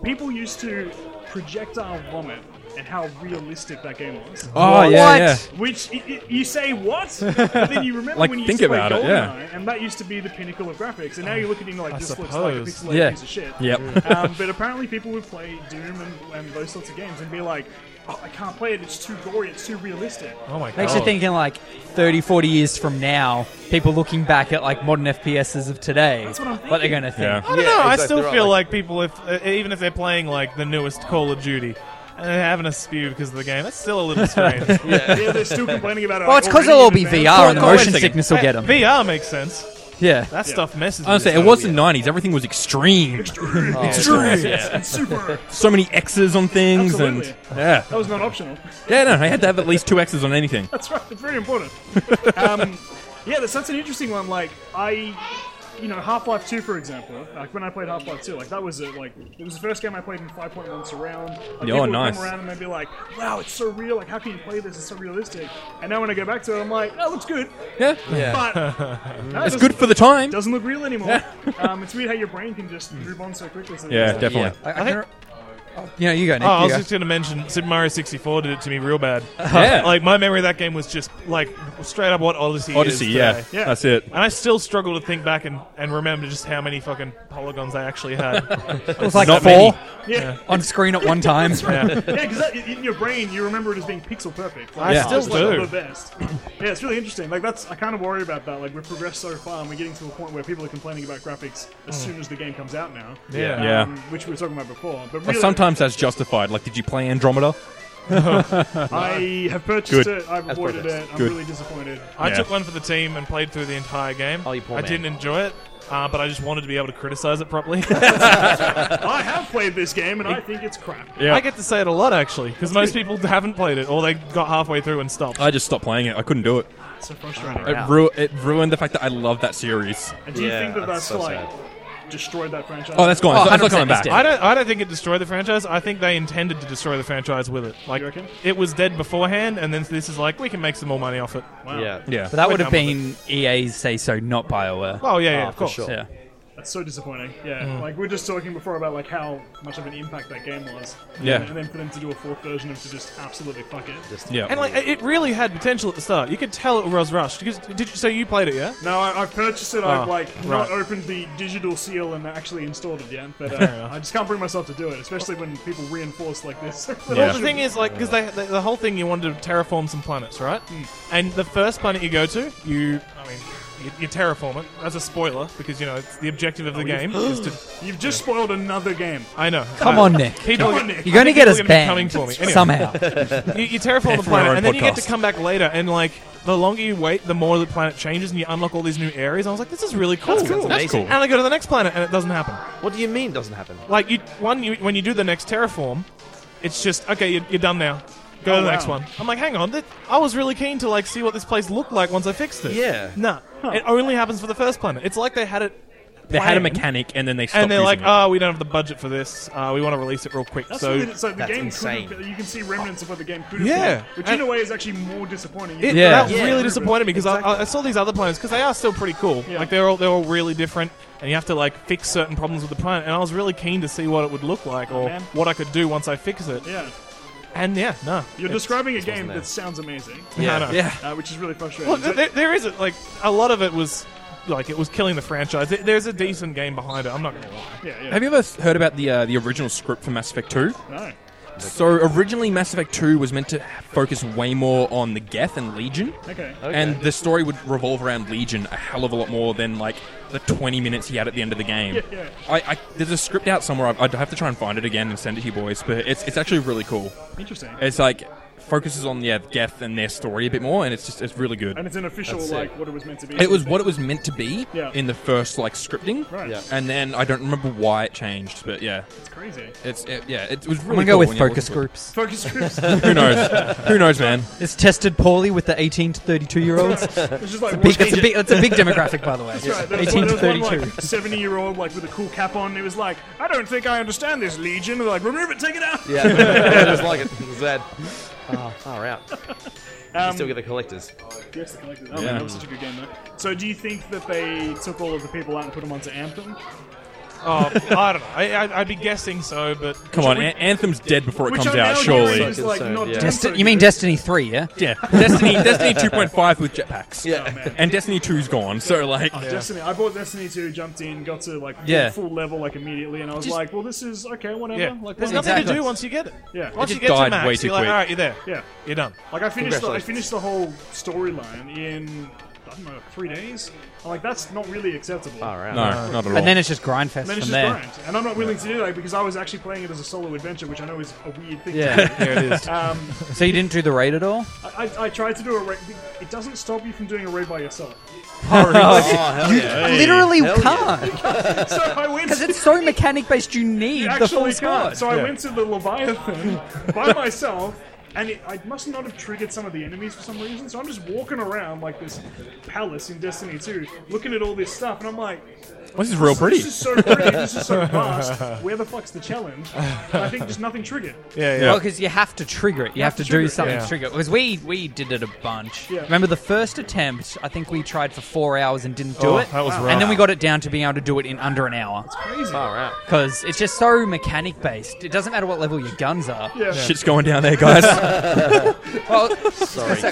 S5: people used to projectile vomit and how realistic that game was.
S2: Oh
S4: What?
S2: yeah,
S5: Which y- y- you say what? But then you remember
S2: Like,
S5: when you
S2: think
S5: used to play
S2: about it,
S5: GoldenEye,
S2: yeah.
S5: and that used to be the pinnacle of graphics. And now you look at it and you're like, this
S3: suppose.
S5: looks like a pixelated
S2: Yeah.
S5: piece of shit.
S2: yeah. Yep.
S5: um, but apparently people would play Doom and, and those sorts of games and be like, oh, I can't play it, it's too gory, it's too realistic.
S3: Oh my god.
S4: Makes you thinking like 30, 40 years from now, people looking back at like modern FPSs of today,
S5: what I'm
S4: what they're
S5: thinking.
S4: going to think.
S2: Yeah.
S3: I don't
S6: Yeah,
S3: know.
S6: exactly
S3: I still
S6: right,
S3: feel
S6: like-
S3: like people, if uh, even if they're playing like the newest Call of Duty and they're having a spew because of the game, that's still a little strange.
S5: Yeah, they're still complaining about it.
S4: Well,
S5: like,
S4: it's because
S5: already
S4: it'll all
S5: in
S4: be
S5: advance.
S4: VR and the
S2: Wait a
S4: motion
S2: second.
S4: sickness will get them.
S3: VR makes sense.
S4: Yeah.
S3: That stuff messes.
S2: Honestly,
S3: with you
S2: it
S3: so
S2: was the '90s. Everything was extreme.
S5: Extreme. and super.
S2: So many X's on things,
S5: Absolutely.
S2: and yeah,
S5: That was not optional.
S2: yeah. No, I had to have at least two X's on anything.
S5: That's right. It's very important. um, yeah, that's, that's an interesting one. Like I, you know, Half Life Two, for example. Like when I played Half Life Two, like that was it. Like it was the first game I played in 5.1 surround. Like, people would
S2: nice.
S5: Come around and they'd be like, "Wow, it's so real. Like how can you play this? It's so realistic." And now when I go back to it, I'm like, "That looks good,
S2: Yeah,
S6: Yeah.
S5: but no, it
S2: it's
S5: doesn't-
S2: good for the time.
S5: Doesn't look real anymore. um, it's weird how your brain can just move on so quickly. So
S2: Yeah,
S5: it's like-
S2: definitely.
S4: I, I can re- oh, you know, you go, Nick.
S3: Oh, I
S4: you
S3: was
S4: go.
S3: just going to mention Super Mario 64 did it to me real bad.
S2: Yeah.
S3: like my memory of that game was just like straight up what Odyssey. is
S2: Odyssey, yeah.
S3: today.
S5: Yeah.
S2: that's it.
S3: And I still struggle to think back and, and remember just how many fucking polygons I actually had.
S4: it was like
S2: Not
S4: four
S2: many.
S5: yeah,
S4: on screen at one time.
S5: yeah, because in your brain you remember it as being pixel perfect. Like,
S3: I
S2: Yeah.
S3: still
S5: It's like
S3: do.
S5: the best. Yeah, it's really interesting. Like that's I kind of worry about that. Like we've progressed so far, and we're getting to a point where people are complaining about graphics as soon as the game comes out now.
S3: Yeah.
S2: Yeah.
S5: Um, which we were talking about before. But
S2: Well,
S5: really,
S2: sometimes that's justified. Like, did you play Andromeda?
S5: I have
S2: Good.
S5: purchased it. I've avoided
S6: perfect.
S5: it. I'm
S2: Good.
S5: really disappointed.
S3: I
S2: Yeah.
S3: took one for the team and played through the entire game.
S6: Oh, you poor
S3: I
S6: man.
S3: didn't enjoy it, uh, but I just wanted to be able to criticize it properly.
S5: I have played this game, and I think it's crap.
S3: I get to say it a lot actually, because most people haven't played it or they got halfway through and stopped.
S2: I just stopped playing it. I couldn't do it.
S5: It's so frustrating.
S2: It, ru- it ruined the fact that I love that series.
S5: and do you
S6: Yeah,
S5: think that that's,
S6: that's so
S5: like destroyed that franchise?
S2: Oh, that's gone.
S4: Oh,
S2: It's not- it's not
S4: 100%
S2: coming back.
S4: it's
S3: I don't. I don't think it destroyed the franchise. I think they intended to destroy the franchise with it. Like
S5: You reckon?
S3: it was dead beforehand, and then this is like we can make some more money off it.
S5: wow.
S6: Yeah.
S2: Yeah.
S4: But that would have
S3: done
S4: been EA's say so, not Bioware.
S3: Oh yeah, yeah, of
S6: Ah, for
S3: course.
S6: sure.
S4: Yeah.
S5: That's so disappointing. Yeah,
S2: Mm.
S5: like we were just talking before about like how much of an impact that game was.
S2: Yeah.
S5: and then for them to do a fourth version and to just absolutely fuck it.
S2: yeah.
S3: And like it really had potential at the start. You could tell it was rushed. Because did you, so you played it, yeah?
S5: No, I, I've purchased it. I've
S3: Oh,
S5: like not
S3: right.
S5: opened the digital seal and actually installed it yet. But uh, I just can't bring myself to do it, especially when people reinforce like this.
S2: Yeah.
S3: Well, the thing is, like, because they, they, the whole thing, you wanted to terraform some planets, right?
S6: Hmm.
S3: And the first planet you go to, you, I mean, you, you terraform it. That's a spoiler because you know it's the objective
S6: Oh,
S3: of the game is to.
S5: You've just spoiled another game.
S3: I know.
S4: Come
S3: I-
S4: on, Nick.
S3: People,
S5: Come on, Nick.
S4: You're going to get us
S3: People are gonna be coming
S4: banned
S3: for me. Anyway.
S4: somehow.
S3: You, you terraform the
S2: for our
S3: planet,
S2: own
S3: and then you get to
S2: podcast.
S3: come back later, and like the longer you wait, the more the planet changes, and you unlock all these new areas. I was like, this is really cool.
S6: That's cool. That's amazing.
S3: And I go to the next planet, and it doesn't happen.
S6: What do you mean doesn't happen?
S3: Like you, one, you, when you do the next terraform, it's just okay. You're, you're done now. Go
S5: Oh,
S3: to the
S5: wow.
S3: next one. I'm like, hang on. That, I was really keen to like see what this place looked like once I fixed it.
S6: Yeah.
S3: Nah. It only happens for the first planet. It's like they had it.
S2: they had a
S3: planned,
S2: mechanic, and then they stopped
S3: And they're like,
S2: using it.
S3: oh, we don't have the budget for this. Uh, we want to release it real quick.
S5: That's
S3: so
S5: really, so the
S6: that's
S5: game
S6: insane.
S5: could have, you can see remnants of what the game could have
S3: Yeah.
S5: been, which
S3: And-
S5: in a way is actually more disappointing.
S3: It,
S4: Yeah.
S3: That
S6: Yeah.
S3: really disappointed me because I, I saw these other planets because they are still pretty cool.
S5: Yeah.
S3: Like they're all they're all really different, and you have to like fix certain problems with the planet. And I was really keen to see what it would look like or
S5: man.
S3: what I could do once I fix it.
S5: yeah,
S3: And yeah, no,
S5: you're describing a game
S6: there.
S5: that sounds amazing,
S3: yeah, no.
S4: yeah.
S5: uh, which is really frustrating.
S3: Well,
S5: But-
S3: there, there is a, like a lot of it was like it was killing the franchise. There- There's a decent game behind it. I'm not gonna lie.
S5: yeah, yeah.
S2: have you ever s- heard about the uh, the original script for Mass Effect Two?
S5: no.
S2: So originally, Mass Effect 2 was meant to focus way more on the Geth and Legion.
S5: Okay.
S2: And the story would revolve around Legion a hell of a lot more than like the 20 minutes he had at the end of the game.
S5: yeah.
S2: I, I, there's a script out somewhere. I'd, I'd have to try and find it again and send it to you boys, but it's, it's actually really cool.
S5: Interesting.
S2: It's like focuses on yeah, Geth and their story a bit more, and it's just it's really good.
S5: and it's an official
S6: That's it.
S5: like what it was meant to be.
S2: It was what it was meant to be
S5: Yeah.
S2: in the first like scripting,
S5: Right. Yeah.
S2: and then I don't remember why it changed, but yeah,
S5: It's crazy.
S2: it's it, yeah, it was
S4: I'm
S2: really.
S4: gonna go
S2: cool,
S4: with
S2: and, yeah, it was
S4: focus
S2: good.
S4: groups.
S5: Focus groups.
S2: Who knows? Who knows, man?
S4: It's tested poorly with the 18 to 32 year olds.
S5: It's just like
S4: Big-
S5: watching-
S4: that's, a big, that's a big demographic, by the way.
S5: Right, there was
S4: 18
S5: one-
S4: to
S5: there was
S4: 32.
S5: one, like, 70 year old, like with a cool cap on, it was like, I don't think I understand this legion. They're like, remove it, take it out.
S6: Yeah, I just like it. It's bad. Oh, far out. you still get the collectors.
S5: Yes, the collectors. Oh, man, that was such a good game, though. So, do you think that they took all of the people out and put them onto Anthem?
S3: Oh, I don't know. I, I, I'd be guessing so, but
S2: Come on, An- Anthem's dead before it
S5: Which
S2: comes
S5: I'm
S2: out,
S5: now
S2: surely.
S5: hearing is like
S6: Concerned,
S5: not
S6: yeah.
S5: doing so
S4: Desti- you mean
S5: good.
S4: Destiny 3, yeah?
S2: Yeah, Destiny, Destiny 2.5 with jetpacks.
S4: Oh,
S6: Yeah.
S2: and Destiny 2's gone. So like,
S5: Destiny? I bought Destiny 2, jumped in, got to like full-
S2: Yeah.
S5: full level like immediately, and I was
S2: Just-
S5: like, well, this is okay, whatever.
S3: yeah,
S5: Like,
S3: there's
S5: whatever.
S3: nothing to
S4: Exactly.
S3: do once you get it.
S5: Yeah.
S3: Once you
S2: just
S3: get to
S2: died
S3: max,
S2: way too
S3: you're like,
S2: quick.
S3: all right, you're there.
S5: Yeah.
S3: You're done.
S5: Like I finished, the, I
S6: Congratulations.
S5: finished the whole storyline in I don't know like three days. I'm like that's not really acceptable.
S6: Far out.
S2: no, not at all.
S4: And then it's just grindfest from
S5: And then it's just
S4: there.
S5: grind, and I'm not willing to do that because I was actually playing it as a solo adventure, which I know is a weird thing. to do. Um,
S4: Yeah, there it is. so you didn't do the raid at all?
S5: I, I, I tried to do a raid. It doesn't stop you from doing a raid by yourself.
S6: Oh, hell yeah.
S4: Literally
S6: Hell yeah.
S4: can't.
S5: So I went.
S4: Because it's so mechanic based, you need
S5: You
S4: the full
S5: actually
S4: squad.
S5: can't. So I went to the Leviathan by myself, and it, I must not have triggered some of the enemies for some reason. So I'm just walking around like this palace in Destiny 2, looking at all this stuff, and I'm like,
S2: this is real pretty.
S5: This is so pretty. this is so vast. Where the fuck's the challenge? And I think just nothing triggered.
S3: Yeah,
S2: Yeah.
S3: yeah.
S2: Well,
S4: because you have to trigger it. You, have,
S5: have
S4: to,
S5: to trigger
S4: do
S5: it,
S4: something
S3: yeah.
S4: to trigger it. Because we, we did it a bunch.
S5: Yeah.
S4: Remember the first attempt, I think we tried for four hours and didn't do
S3: Oh,
S4: it.
S3: that was rough.
S4: and then we got it down to being able to do it in under an hour.
S5: Crazy.
S6: Far out.
S4: Because it's just so mechanic based. It doesn't matter what level your guns are.
S5: Yeah.
S2: Shit's going down there, guys.
S4: Well,
S6: Sorry,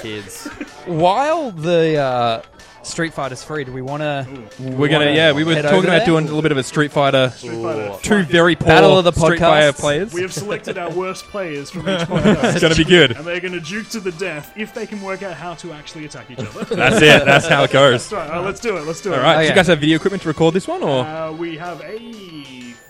S6: kids.
S4: while the uh, Street Fighter's free, do we want to
S2: We're gonna, yeah, we were
S4: Head
S2: talking
S4: over
S2: about
S4: there?
S2: doing a little bit of a Street Fighter.
S5: Street Fighter.
S2: Two very poor
S4: Battle of the
S2: Street Fighter
S4: podcasts.
S2: players.
S5: We have selected our worst players from each podcast,
S2: It's gonna be good.
S5: and they're going to duke to the death if they can work out how to actually attack each other.
S2: That's it. That's how it goes.
S5: That's right. All right, let's do it. Let's do it.
S2: All right.
S4: Oh,
S2: Do you
S4: yeah.
S2: guys have video equipment to record this one, or
S5: Uh, we have a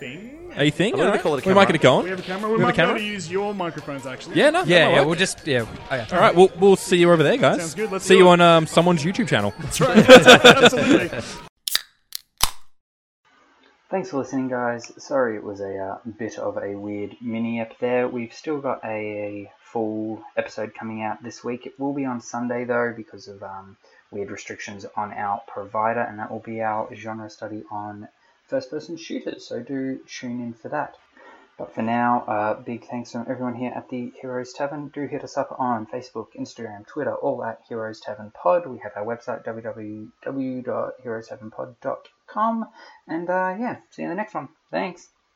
S5: thing.
S2: a thing?
S6: I'm gonna
S2: All right.
S6: call it a
S2: we might get it
S6: camera.
S2: going.
S5: We have a camera. We
S2: have a
S5: might be able
S2: camera?
S5: to use your microphones actually.
S2: Yeah, no. that
S4: Yeah,
S2: might
S4: yeah,
S2: work.
S4: we'll just yeah. Oh, yeah.
S2: All right, we'll, we'll see you over there, guys.
S5: Sounds good, let's
S2: see
S5: do
S2: you
S5: it.
S2: on um, someone's YouTube channel.
S5: That's right. Absolutely.
S1: Thanks for listening, guys. Sorry it was a uh, bit of a weird mini up there. We've still got a full episode coming out this week. It will be on Sunday, though, because of um, weird restrictions on our provider, and that will be our genre study on first person shooters. So do tune in for that. But for now, uh, big thanks from everyone here at the Heroes Tavern. Do hit us up on Facebook, Instagram, Twitter, all at Heroes Tavern Pod. We have our website, www.heroestavernpod.com. And uh, yeah, see you in the next one. Thanks.